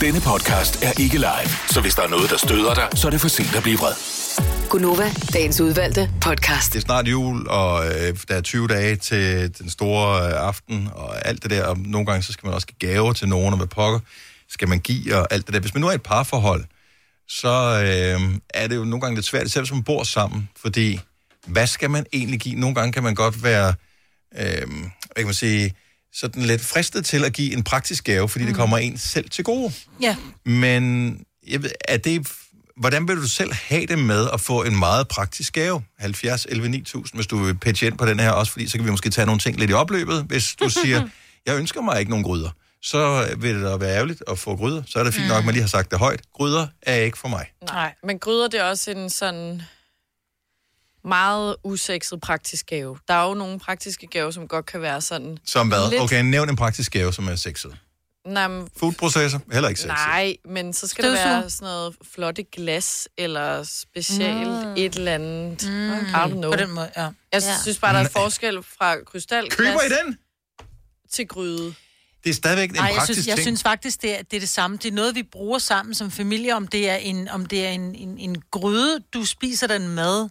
S5: Denne podcast er ikke live, så hvis der er noget, der støder dig, så er det for sent at blive vred.
S15: Gunova, dagens udvalgte podcast.
S1: Det er snart jul, og øh, der er 20 dage til den store øh, aften, og alt det der. Og nogle gange, så skal man også give gaver til nogen, og hvad pokker skal man give, og alt det der. Hvis man nu er i et parforhold, så øh, er det jo nogle gange lidt svært, selv hvis man bor sammen, fordi hvad skal man egentlig give? Nogle gange kan man godt være, øh, hvad kan man sige, sådan lidt fristet til at give en praktisk gave, fordi mm. det kommer en selv til gode.
S2: Ja.
S1: Men jeg ved, er det, hvordan vil du selv have det med at få en meget praktisk gave? 70, 11, 9000, hvis du vil pitche ind på den her også, fordi så kan vi måske tage nogle ting lidt i opløbet. Hvis du siger, jeg ønsker mig ikke nogen gryder, så vil det da være ærgerligt at få gryder. Så er det fint nok, at man lige har sagt det højt. Gryder er ikke for mig.
S4: Nej. Men gryder det er også en sådan meget usekset praktisk gave. Der er jo nogle praktiske gaver, som godt kan være sådan...
S1: Som hvad?
S4: lidt-
S1: Okay, nævn en praktisk gave, som er sexet.
S4: Nej, men,
S1: Foodprocessor? Heller ikke sexet.
S4: nej, men så skal Støvsuger. der
S1: Støvsuger.
S4: være sådan noget flotte glas, eller specielt
S2: Mm.
S4: mm. et eller andet.
S2: Mm.
S4: Mm. I don't know.
S2: På den måde, ja.
S4: Jeg
S2: Ja.
S4: synes bare, der er
S1: Nej.
S4: forskel fra krystalglas...
S1: Mm. Køber I den?
S4: Til gryde.
S1: Det er stadigvæk en
S2: Nej, jeg
S1: praktisk
S2: synes, jeg
S1: ting.
S2: synes faktisk, det er, det er det samme. Det er noget, vi bruger sammen som familie, om det er en, om det er en, en, en gryde, du spiser den mad,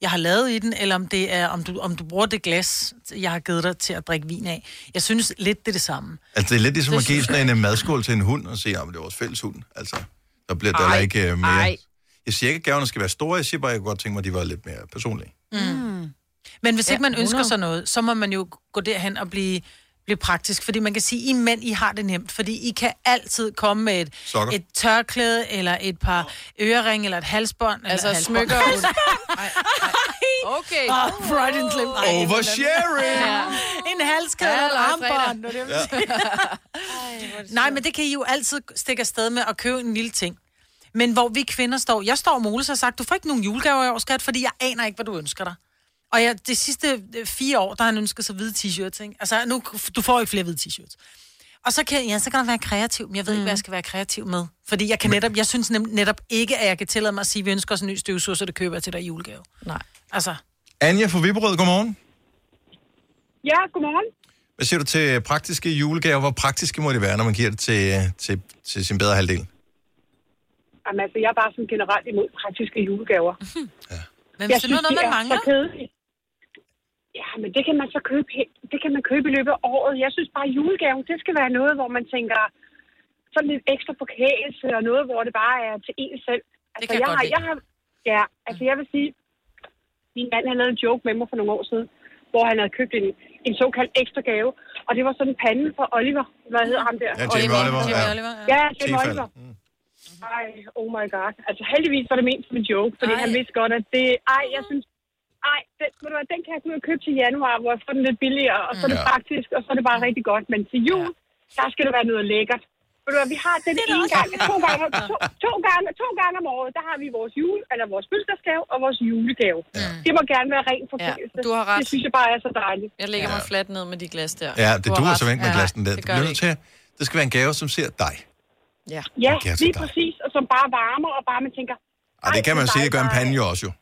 S2: jeg har lavet i den, eller om det er, om du, om du bruger det glas, jeg har givet dig til at drikke vin af. Jeg synes lidt, det er det samme.
S1: Altså, det er lidt ligesom
S2: Det
S1: at give
S2: synes
S1: sådan en øh, madskål til en hund og sige, at det er vores fælles hund. Altså, der bliver der
S2: Ej,
S1: da ikke øh, mere.
S2: ej.
S1: Jeg siger ikke, at gaverne skal være store. Jeg siger bare, at jeg kunne godt tænke mig, at de var lidt mere personlige.
S2: Mm. Men hvis ja,
S6: Ja,
S2: ikke man ønsker
S6: 100.
S2: sig noget, så må man jo gå derhen og blive blive praktisk. Fordi man kan sige, I mænd, I har det nemt. Fordi I kan altid komme med et,
S1: Sokker.
S2: et tørklæde, eller et par ørering, eller et halsbånd.
S4: Altså,
S2: eller
S4: smykker
S2: halsbånd.
S4: Okay.
S2: Oh, right and slim. Ej,
S1: Oversharing!
S2: Ja. En halskæde
S4: Ja,
S2: ja, eller
S4: eller fredag.
S2: armbånd. det er det, jeg vil sige. Nej, men det kan I jo altid stikke afsted med at købe en lille ting. Men hvor vi kvinder står, jeg står og Moles har sagt, du får ikke nogen julegaver i år, skat, fordi jeg aner ikke, hvad du ønsker dig. Og jeg, de sidste øh, fire år, der har han ønsket sig hvide t-shirts, ikke? Altså, nu, du får ikke flere hvide t-shirts. Og så kan, jeg- ja, så kan jeg være kreativ, men jeg ved mm. ikke, hvad jeg skal være kreativ med. Fordi jeg kan netop, jeg synes nem, netop ikke, at jeg kan tillade mig at sige, at vi ønsker os en ny støvsuger, så det køber jeg til dig i julegave.
S4: Nej.
S2: Altså,
S1: Anja fra Viberød, godmorgen.
S13: Ja, godmorgen.
S1: Hvad siger du til praktiske julegaver? Hvor praktiske må det være, når man giver det til, til, til sin bedre halvdel?
S13: Jamen, altså, jeg er bare sådan generelt imod praktiske julegaver.
S2: Men
S13: jeg
S2: hvis det nu er noget,
S13: de
S2: man
S13: er
S2: mangler?
S13: Så kedelige. ja, men det kan man så købe, he- det kan man købe i løbet af året. Jeg synes bare, at julegaven, det skal være noget, hvor man tænker sådan lidt ekstra forkælelse, og noget, hvor det bare er til en selv. Altså,
S16: kan jeg
S13: jeg
S16: godt
S13: har,
S16: lide.
S13: jeg har, Ja, altså jeg vil sige, min mand han lavede en joke med mig for nogle år siden, hvor han havde købt en, en såkaldt ekstra gave, og det var sådan en pande fra Oliver. Hvad hedder ham der?
S1: Ja, Jamie Oliver. Oliver,
S13: Jamie
S1: ja.
S13: Oliver,
S1: ja.
S13: ja. Jamie
S1: Tilfælde.
S13: Oliver. Ej, oh my god. Altså heldigvis var det ment som en joke, fordi ej. han vidste godt, at det... Ej, jeg synes... Ej, den, ved du hvad, den kan jeg gå ud og købe til januar, hvor jeg får den lidt billigere, og så er det
S1: Ja.
S13: praktisk, og så er det bare rigtig godt. Men til jul, der skal det være noget lækkert. Ved du hvad, vi har den ene gang, to gange, om- to, to, gange, to gange om året, der har vi vores jule, eller vores fødselsdagsgave og vores julegave. Ja. Det må gerne være ren forkælelse.
S4: du har ret.
S13: Det synes jeg bare er så dejligt.
S4: Jeg lægger ja. mig fladt ned med de glas der.
S1: Ja, det
S4: Du har
S1: duer
S4: ret.
S1: så ikke med
S4: Ja,
S1: glasen der.
S4: Det
S1: Det,
S4: gør
S1: bliver
S4: det
S1: nødt
S4: ikke.
S1: til, at- det skal være en gave, som ser dig.
S4: Ja.
S13: Ja,
S1: Okay, altså
S13: lige
S1: dejligt.
S13: præcis, og som bare varmer, og bare man tænker,
S1: Og det kan man jo sige, det gør en pande jo også jo.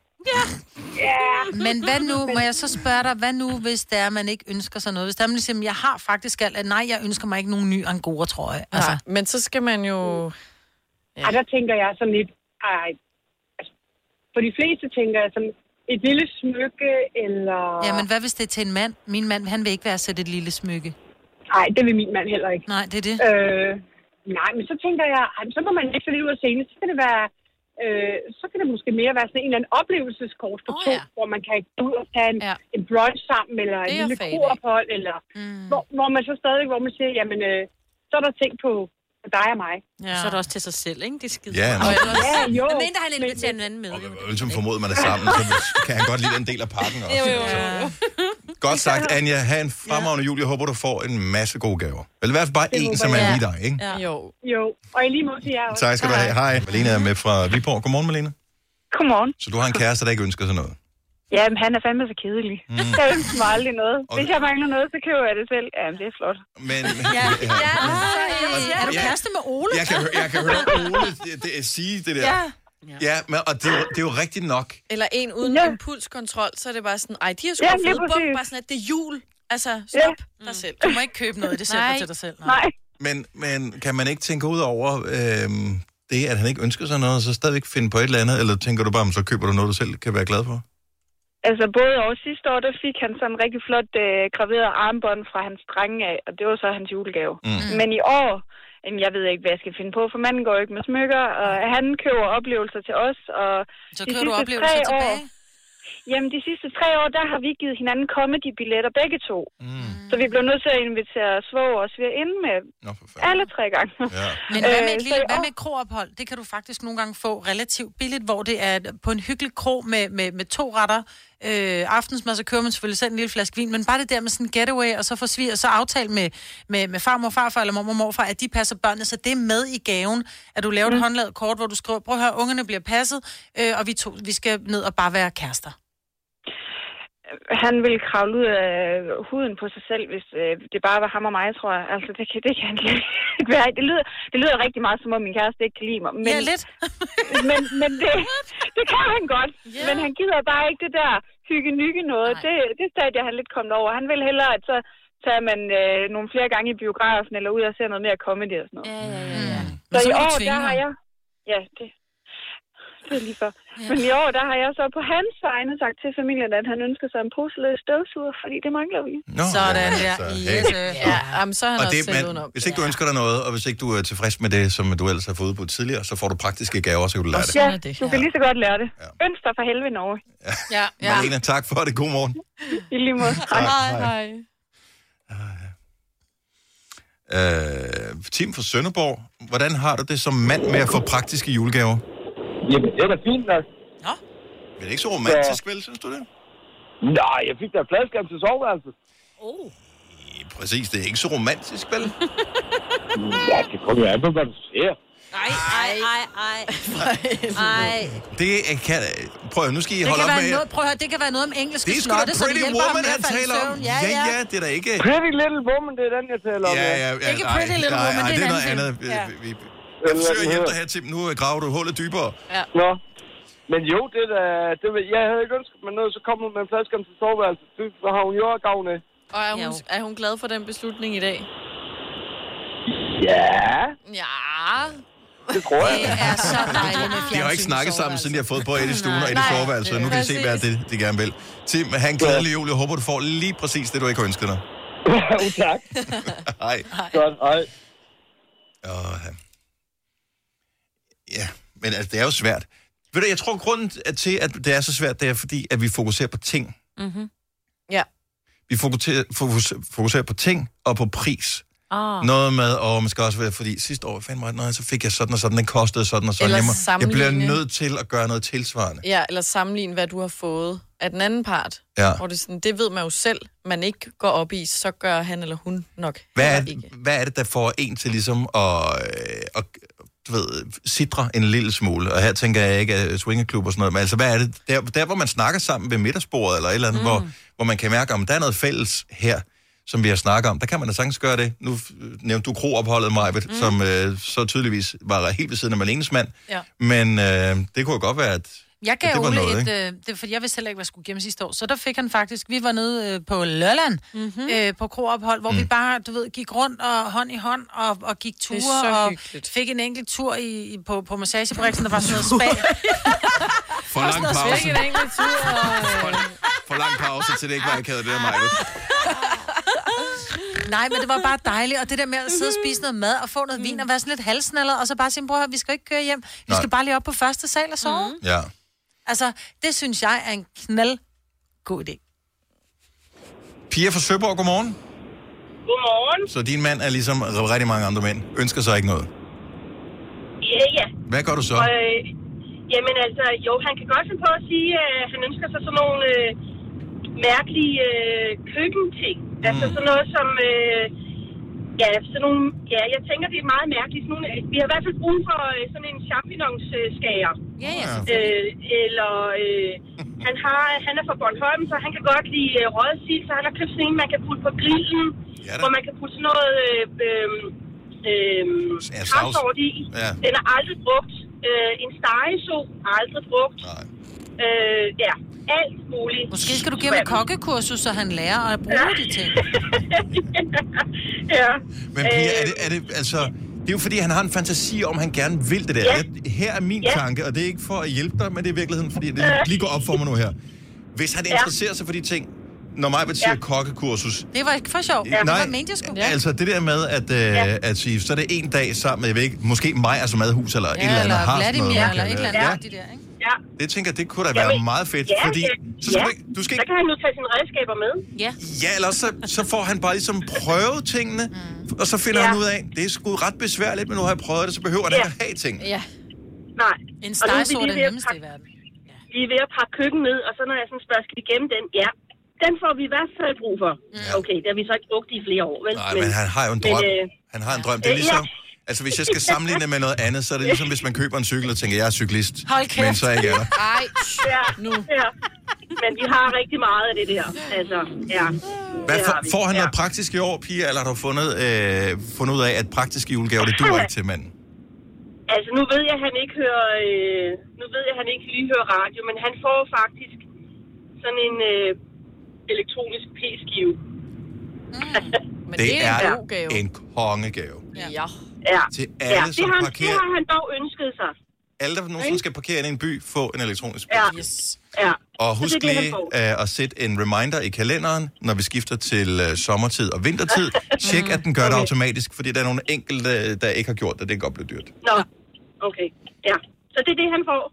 S13: Mhm.
S2: Men hvad nu, må jeg så spørge dig, hvad nu, hvis det er, man ikke ønsker sig noget? Hvis det er, man ligesom, jeg har faktisk alt, at nej, jeg ønsker mig ikke nogen ny angora, tror jeg. Altså,
S4: Nej, men så skal man jo...
S13: Ja. Ej, der tænker jeg sådan lidt, ej, altså, for de fleste tænker jeg sådan, et lille smykke, eller...
S2: ja, men hvad hvis det er til en mand? Min mand, han vil ikke være at sætte et lille smykke.
S13: Nej, det vil min mand heller ikke.
S2: Nej, det er det.
S13: Øh, nej, men så tænker jeg, ej, men så må man ikke så lidt ud af scenen, så kan det være... Øh, så kan det måske mere være sådan en eller anden oplevelseskort for oh, to, ja. hvor man kan gå ud og tage en, ja. en brunch sammen, eller
S4: Det
S13: en
S4: er
S13: lille
S4: fan
S13: korophold, eller mm. hvor, hvor man så stadig, hvor man siger, jamen, øh, så er der ting på, på dig og mig.
S6: Ja. Så er det også til sig selv, ikke? Det skider.
S1: Ja,
S6: Og
S1: nå.
S6: ellers-
S13: Ja, jo.
S6: Jeg mente, han inviterer en anden med. jo.
S1: Og Ligesom formodet, man er sammen, så kan han godt lide en del af pakken også. Godt sagt, Anja. Ha' en fremragende jul. Jeg håber, du får en masse gode gaver. Eller i hvert fald bare en, som er lige dig, ikke?
S4: Ja. Jo.
S13: Jo, og i lige måde til jer også.
S1: Tak skal du have. Hej. Malene er med fra Viborg. Godmorgen, Malene.
S16: Godmorgen.
S1: Så du har en kæreste, der ikke ønsker sig noget.
S16: Ja, men han er fandme så kedelig. Mm. Jeg ønsker mig aldrig noget. Hvis jeg mangler noget, så køber jeg det selv. Ja, men det er flot.
S1: Men,
S2: Er du
S1: Ja.
S2: kæreste med Ole?
S1: Jeg kan, hø- jeg kan høre Ole det, det, sige det der.
S4: Ja.
S1: Ja, men, og det, er jo- det er jo rigtigt nok.
S4: Eller en uden ja. impulskontrol, så er det bare sådan, ej, de har sgu
S16: Ja,
S4: ja,
S16: lige
S4: fået bum,
S16: præcis.
S4: bare sådan, at det er jul. Altså, stop ja. dig selv.
S2: Du må ikke købe noget i december
S4: Nej.
S2: til dig selv.
S16: Nej.
S1: Men, men kan man ikke tænke ud over øhm, det, at han ikke ønsker sig noget, og så stadigvæk finde på et eller andet? Eller tænker du bare, "Men så køber du noget, du selv kan være glad for?
S16: Altså, både og sidste år, der fik han sådan en rigtig flot øh, graveret armbånd fra hans drenge af, og det var så hans julegave.
S1: Mm.
S16: Men i år, jamen, jeg ved ikke, hvad jeg skal finde på, for manden går jo ikke med smykker, og han køber oplevelser til os. Og
S2: Så
S16: de
S2: køber du
S16: sidste
S2: oplevelser
S16: tre år,
S2: tilbage?
S16: Jamen, de sidste tre år, der har vi givet hinanden comedy-billetter begge to. Mm. Så vi blev nødt til at invitere svoger og svigerinde med
S1: Nå,
S16: alle tre gange.
S1: Ja.
S2: Men hvad med
S16: Øh,
S2: et,
S16: så
S2: lille,
S16: i
S2: hvad
S16: år-
S2: med et kroophold? Det kan du faktisk nogle gange få relativt billigt, hvor det er på en hyggelig krog med, med, med to retter. Øh, aftensmad, så kører man selvfølgelig selv en lille flaske vin, men bare det der med sådan en getaway, og så får svig, og så aftale med, med, med farmor, farfar eller mormor, morfar, at de passer børnene, så det er med i gaven, at du laver mm. et håndlavet kort, hvor du skriver, prøv at høre, ungerne bliver passet, øh, og vi, to, vi skal ned og bare være kærester.
S16: Han ville kravle ud af huden på sig selv, hvis øh, det bare var ham og mig, tror jeg. Altså, det kan, det kan han ikke være. Det lyder, det lyder rigtig meget, som om min kæreste ikke kan lide mig. Men,
S2: Ja, lidt.
S16: men, men det, det kan han godt. Yeah. Men han gider bare ikke det der hygge-nygge noget. Det, det stadie er han lidt kommet over. Han vil hellere, at så tager man øh, nogle flere gange i biografen, eller ud og ser noget mere comedy og sådan noget. Ja, ja, ja. Så,
S13: Mm. Men så
S16: i
S13: må du
S16: år,
S13: tvinge
S16: der
S13: ham.
S16: har jeg... Ja, det, det er lige for. Ja. Men i år, der har jeg så på hans vegne sagt til familien, at han ønsker sig en poseløs støvsuger, fordi det mangler vi.
S1: Nå, Sådan ja, der. så,
S2: altså,
S1: hey. Yes,
S2: øh.
S4: Ja, jamen, så er han
S1: og
S4: også
S1: det,
S4: det, selv
S1: men,
S4: udenom.
S1: hvis ikke du ønsker dig noget, og hvis ikke du er tilfreds med det, som du ellers har fået udbudt tidligere, så får du praktiske gaver, så kan du lære det.
S16: Ja,
S4: det.
S16: du kan lige så godt lære det. Ja. Ønsk dig for helvede Norge.
S4: Ja,
S1: Malene, tak for det. God morgen.
S16: I lige måde.
S1: Hej. Hej. Øh, Tim fra Sønderborg, hvordan har du det som mand med at få praktiske julegaver?
S17: Jamen, det er da fint nok.
S2: Nå.
S1: Men det er ikke så romantisk, vel, synes du det?
S17: Nej, jeg fik da fladskærm til soveværelset.
S2: Oh.
S1: Præcis, det er ikke så romantisk, vel?
S17: Ja, det kommer jo an på, hvad du ser.
S6: Ej, ej, ej, ej. Ej.
S1: Det er- kan... Prøv at, nu skal I
S2: Det
S1: holde
S2: kan,
S1: op med...
S2: være
S1: jer.
S2: noget, prøv at høre, det kan være noget om engelske
S1: Det er sgu da
S2: slotte, så det
S1: Pretty
S2: hjælper
S1: Woman,
S2: ham med
S1: han
S2: at falde i
S1: taler om.
S2: søvn.
S1: Ja, ja, det er da ikke...
S17: Pretty Little Woman, det er den, jeg taler om.
S1: Ja, ja, ja.
S17: Ikke
S1: nej,
S17: Pretty Little
S1: nej,
S17: Woman,
S1: nej,
S17: det er en
S1: det er noget
S17: anden
S1: andet.
S17: ting.
S1: Vi,
S17: Ja.
S1: vi, jeg forsøger at hjælpe dig her, Tim. Nu øh, graver du hullet dybere.
S17: Ja. Nå. Men jo, det er da... Det, vil- jeg havde ikke ønsket mig noget, så kom hun med en fladskærm til soveværelset. Det har hun jo også gavn af.
S4: Og er hun, er hun glad for den beslutning i dag?
S17: Ja.
S4: Ja.
S17: Det tror jeg.
S4: Det er så dejligt med
S1: De har jo ikke snakket sammen, siden de har fået på et i stuen og et i
S4: Nej.
S1: soveværelset, og nu kan de se, hvad det er, de gerne vil. Tim, have en glædelig jul. Jeg håber, du får lige præcis det, du ikke har ønsket dig.
S17: tak.
S1: Hej.
S17: Godt, hej.
S1: Åh, Ja, men altså, det er jo svært. Ved du, jeg tror, grunden til, at det er så svært, det er fordi, at vi fokuserer på ting.
S4: Mm-hmm. Ja.
S1: Vi fokuserer, fokus- fokuserer på ting og på pris.
S4: Oh.
S1: Noget med, og man skal også være, fordi sidste år, fandme, mig, nej, så fik jeg sådan og sådan, den kostede sådan og sådan.
S4: Eller
S1: jeg, må- jeg bliver
S4: sammenligne.
S1: nødt til at gøre noget tilsvarende.
S4: Ja, eller sammenligne, hvad du har fået af den anden part.
S1: Ja.
S4: Hvor det, er sådan, det ved man jo selv, man ikke går op i, så gør han eller hun nok.
S1: Hvad er, hvad er det, der får en til ligesom at, øh, at du ved, sidre en lille smule? Og her tænker jeg ikke at swingerklub og sådan noget, men altså, hvad er det, der, der hvor man snakker sammen ved middagsbordet eller et eller andet, mm. hvor, hvor man kan mærke, om der er noget fælles her, som vi har snakket om, der kan man da sagtens gøre det. Nu øh, nævnte du kroopholdet, Majbet, mm. som øh, så tydeligvis var helt ved siden af Malenes mand,
S2: Ja.
S1: men øh, det kunne jo godt være, at
S2: Jeg
S1: at
S2: gav
S1: det var
S2: Ole
S1: noget,
S2: et,
S1: ikke?
S2: øh, det, for jeg vidste heller ikke, hvad jeg skulle gemme sidste år, så der fik han faktisk, vi var nede øh, på Lolland, mm-hmm. øh, på kroophold, hvor mm. vi bare, du ved, gik rundt og hånd i hånd, og, og gik
S4: Det er
S2: ture,
S4: så
S2: og
S4: hyggeligt.
S2: fik en enkelt tur i, i, på, på massagebriksen, der var sådan noget spa.
S1: For
S2: lang Også noget pause. svækket
S4: enkelt tur.
S1: For lang pause, til det ikke var akavet, det der, Majbet.
S2: Nej, men det var bare dejligt, og det der med at sidde og spise noget mad, og få noget vin, og være sådan lidt halsnallet, og så bare sige, bror, vi skal ikke køre hjem, vi
S1: Nej.
S2: skal bare lige op på første sal og sove. Mm.
S1: Ja.
S2: Altså, det synes jeg er en knald god idé.
S1: Pia fra Søborg, godmorgen.
S18: Godmorgen.
S1: Så din mand er ligesom rigtig mange andre mænd. Ønsker sig ikke noget.
S18: Ja, ja.
S1: Hvad gør du så?
S18: Og, øh, jamen altså, jo, han kan godt finde på at sige, at øh, han ønsker sig sådan nogle øh, mærkelige øh, køkkenting. Altså sådan noget som, øh, ja, sådan nogle, ja, jeg tænker, det er meget mærkeligt. Sådan nogle, vi har i hvert fald brug for øh, sådan en champignonsskærer.
S6: Ja, ja.
S18: Øh, eller øh, han, har, han er fra Bornholm, så han kan godt lide øh, røget sild, så han har købt sådan en, man kan putte på grillen,
S1: ja,
S18: hvor man kan putte sådan noget øh, øh, øh,
S1: Ja,
S18: ja,
S1: sovs.
S18: i.
S1: Ja.
S18: Den er aldrig brugt. Øh, en stegeso er aldrig brugt.
S1: Nej.
S18: Øh, ja, alt muligt.
S2: Måske skal du give ham et kokkekursus, så han lærer at bruge ja. de ting.
S18: ja.
S1: Men Pia, er det, er det, altså, det er jo fordi, han har en fantasi om, han gerne vil det der.
S18: Ja.
S1: Jeg, her er min
S18: Ja. Øh.
S1: tanke, og det er ikke for at hjælpe dig, men det er i virkeligheden, fordi det lige går op for mig nu her. Hvis han
S2: Ja.
S1: interesserer sig for de ting, når mig siger
S2: Ja.
S1: kokkekursus,
S2: Det var ikke for sjov. Ja. Det var mente jeg skulle.
S1: altså det der med at, øh,
S2: Ja.
S1: at sige, så er det en dag sammen med, jeg ved ikke, måske mig altså madhus eller et eller andet.
S2: eller
S1: har sådan
S2: Vladimir,
S1: noget, man
S2: eller
S1: kan-
S2: et eller
S1: ja.
S2: andet. af De der, ikke?
S18: Ja.
S1: Det tænker jeg, det kunne da være
S18: Jamen,
S1: meget fedt,
S18: ja,
S1: fordi
S18: ja,
S1: så skal
S18: ja.
S1: du ikke, du skal
S18: Så
S1: ikke
S18: kan han jo tage sine redskaber med.
S6: Ja.
S1: Ja, eller så, så får han bare ligesom prøvet tingene, mm. og så finder ja.
S18: Ja.
S1: han ud af, det er sgu ret besværligt, men nu har jeg prøvet det, så behøver han
S18: Ja.
S1: ikke at have ting.
S6: Ja.
S18: Nej.
S2: En
S18: Og nu vi
S2: stegeså er
S18: lige
S2: det
S18: ved at
S2: nemmeste i
S18: pakke-
S2: verden.
S18: Vi er ved at pakke køkken ned, og så når jeg sådan spørger, skal vi gemme den? Ja, den får vi i hvert fald brug for. Okay, det har vi så ikke brugt i flere år, vel?
S1: Nej, men han har jo en drøm.
S18: øh,
S1: Han har en drøm. Det er
S18: Ja.
S1: ligesom, altså hvis jeg skal sammenligne det med noget andet, så er det ligesom, hvis man køber en cykel og tænker, jeg er cyklist,
S18: Hold kæft.
S1: men så er jeg ikke er der.
S18: Ej, ja, nu. Ja. Men vi har rigtig meget af det der. Altså, ja.
S1: Hvad
S18: Det
S1: for,
S18: har vi.
S1: får han noget praktisk i år, Pia, eller har du fundet, øh, fundet ud af, at praktiske julegaver, det duer ikke til manden?
S18: Altså, nu ved jeg, at han ikke hører, øh, nu ved jeg, at han ikke lige hører radio, men han får faktisk sådan en øh, elektronisk p-skive.
S1: Men det,
S18: det er en
S1: er
S18: god gave.
S1: en kongegave.
S18: Ja. ja.
S1: Til alle,
S18: ja. Det,
S1: som
S18: har, han- det
S1: parkerer-
S18: har han dog ønsket sig.
S1: Alle, der nogensinde skal parkere ind i en by, få en elektronisk
S18: Ja. ja.
S1: Og
S18: Så
S1: husk
S18: det er det, han
S1: lige
S18: får.
S1: øh, at sætte en reminder i kalenderen, når vi skifter til øh, sommertid og vintertid. Tjek, at den gør det automatisk, fordi der er nogle enkelte, der ikke har gjort det. Det kan godt blive dyrt.
S18: Nå, okay. Ja. Så det er det, han får.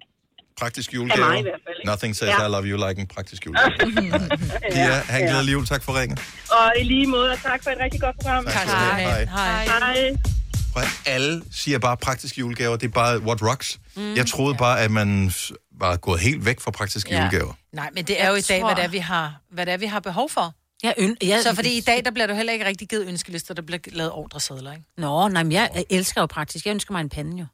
S1: praktisk
S12: Af
S1: julegave.
S12: mig i hvert fald, ikke?
S1: Nothing says
S12: Ja.
S1: I love you like en praktisk julegave. Pia, ja, han glæder jul. Tak for ringen.
S12: Og i lige måde, og tak for et rigtig godt program.
S1: Tak skal du have. Hej.
S12: Hej. Hej.
S1: Prøv, at- alle siger bare praktiske julegaver. Det er bare what rocks.
S2: Mm.
S1: Mm. Jeg troede bare, at man f- var gået helt væk fra praktiske ja. julegaver.
S2: Nej, men det er jo i
S6: Jeg
S2: dag,
S6: tror-
S2: hvad det er, vi har, hvad det er, vi har behov for.
S6: Ja, øn, ja,
S2: Så fordi i dag, der bliver du heller ikke rigtig givet ønskelister, der bliver lavet ordresedler, ikke?
S6: Nå, nej, men jeg, jeg elsker jo praktisk. Jeg ønsker mig en pande jo.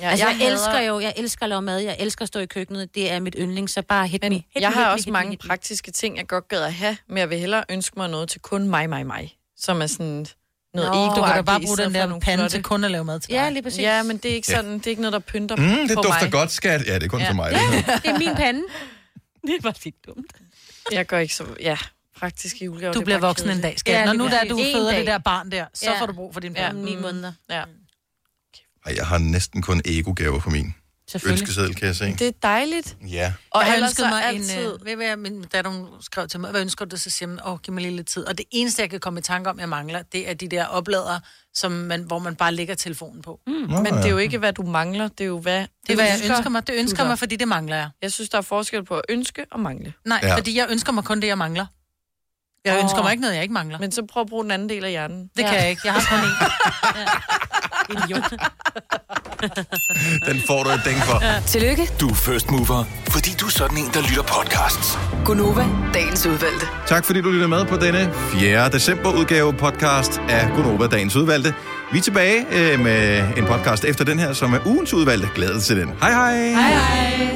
S6: Ja, altså, jeg, jeg elsker jo, jeg elsker at lave mad, jeg elsker at stå i køkkenet, det er mit yndling, så bare hit men, me. Hit me,
S4: Jeg
S6: hit
S4: har
S6: me,
S4: også
S6: hit me,
S4: mange
S6: hit me.
S4: praktiske ting, jeg godt gad at have, men jeg vil hellere ønske mig noget til kun mig, mig, mig. Som er sådan noget
S2: Nå,
S4: ego
S2: du kan da bare bruge den der pande til kun at lave mad til
S4: Ja, lige præcis. Ja, men det er ikke
S1: Ja.
S4: sådan, det er ikke noget, der pynter
S1: Mm, det
S4: på
S1: dufter
S4: mig.
S1: godt, skat. Ja, det er kun ja. for mig.
S4: Ja,
S1: Ja.
S4: det er min pande.
S6: Det var lidt dumt.
S4: Jeg går ikke så... Ja, praktisk julegave.
S2: Du
S4: det er
S2: bliver
S4: bare
S2: voksen en
S4: kedeligt.
S2: dag, skat. Når
S4: lige
S2: nu der er
S4: præcis.
S2: du
S4: En
S2: føder det
S4: dag.
S2: der barn der, så får du brug for din
S4: Ja,
S2: pande.
S4: ni
S2: Mm.
S4: måneder. Ja.
S1: Ej, jeg har næsten kun ego-gaver på min ønskeseddel, kan jeg se.
S4: Det er dejligt.
S1: Ja.
S2: Og jeg
S4: ellers
S2: ønskede
S4: så
S2: mig altid...
S4: altid-
S2: en... øh, Ved du hvad, min datter hun skrev til mig, hvad ønsker du dig? Så siger man, åh, giv mig lige lidt tid. Og det eneste, jeg kan komme i tanke om, jeg mangler, det er de der oplader, som man, hvor man bare lægger telefonen på. Mm.
S4: Men det er jo ikke, hvad du mangler, det er jo, hvad...
S2: Det er, hvad jeg
S4: ønsker
S2: ønsker mig. Det
S4: du
S2: ønsker
S4: dig.
S2: mig, fordi det mangler jeg.
S4: Jeg synes, der er forskel på at ønske og mangle.
S2: Nej, ja. fordi jeg ønsker mig kun det, jeg mangler. Jeg
S4: Åh.
S2: oh. ønsker mig ikke noget, jeg ikke mangler.
S4: Men så prøv at bruge den anden del af hjernen.
S2: Det ja. kan jeg ikke. Jeg har kun én.
S6: Idiot.
S1: Den får du et ding for.
S15: Tillykke,
S5: Du er first mover, fordi du er sådan en, der lytter podcasts.
S15: Gunova, dagens udvalgte.
S1: Tak fordi du lytter med på denne 4. december udgave podcast af Gunova Dagens Udvalgte. Vi er tilbage øh, med en podcast efter den her, som er ugens udvalgte. Glæder til den. Hej hej!
S19: Hej hej.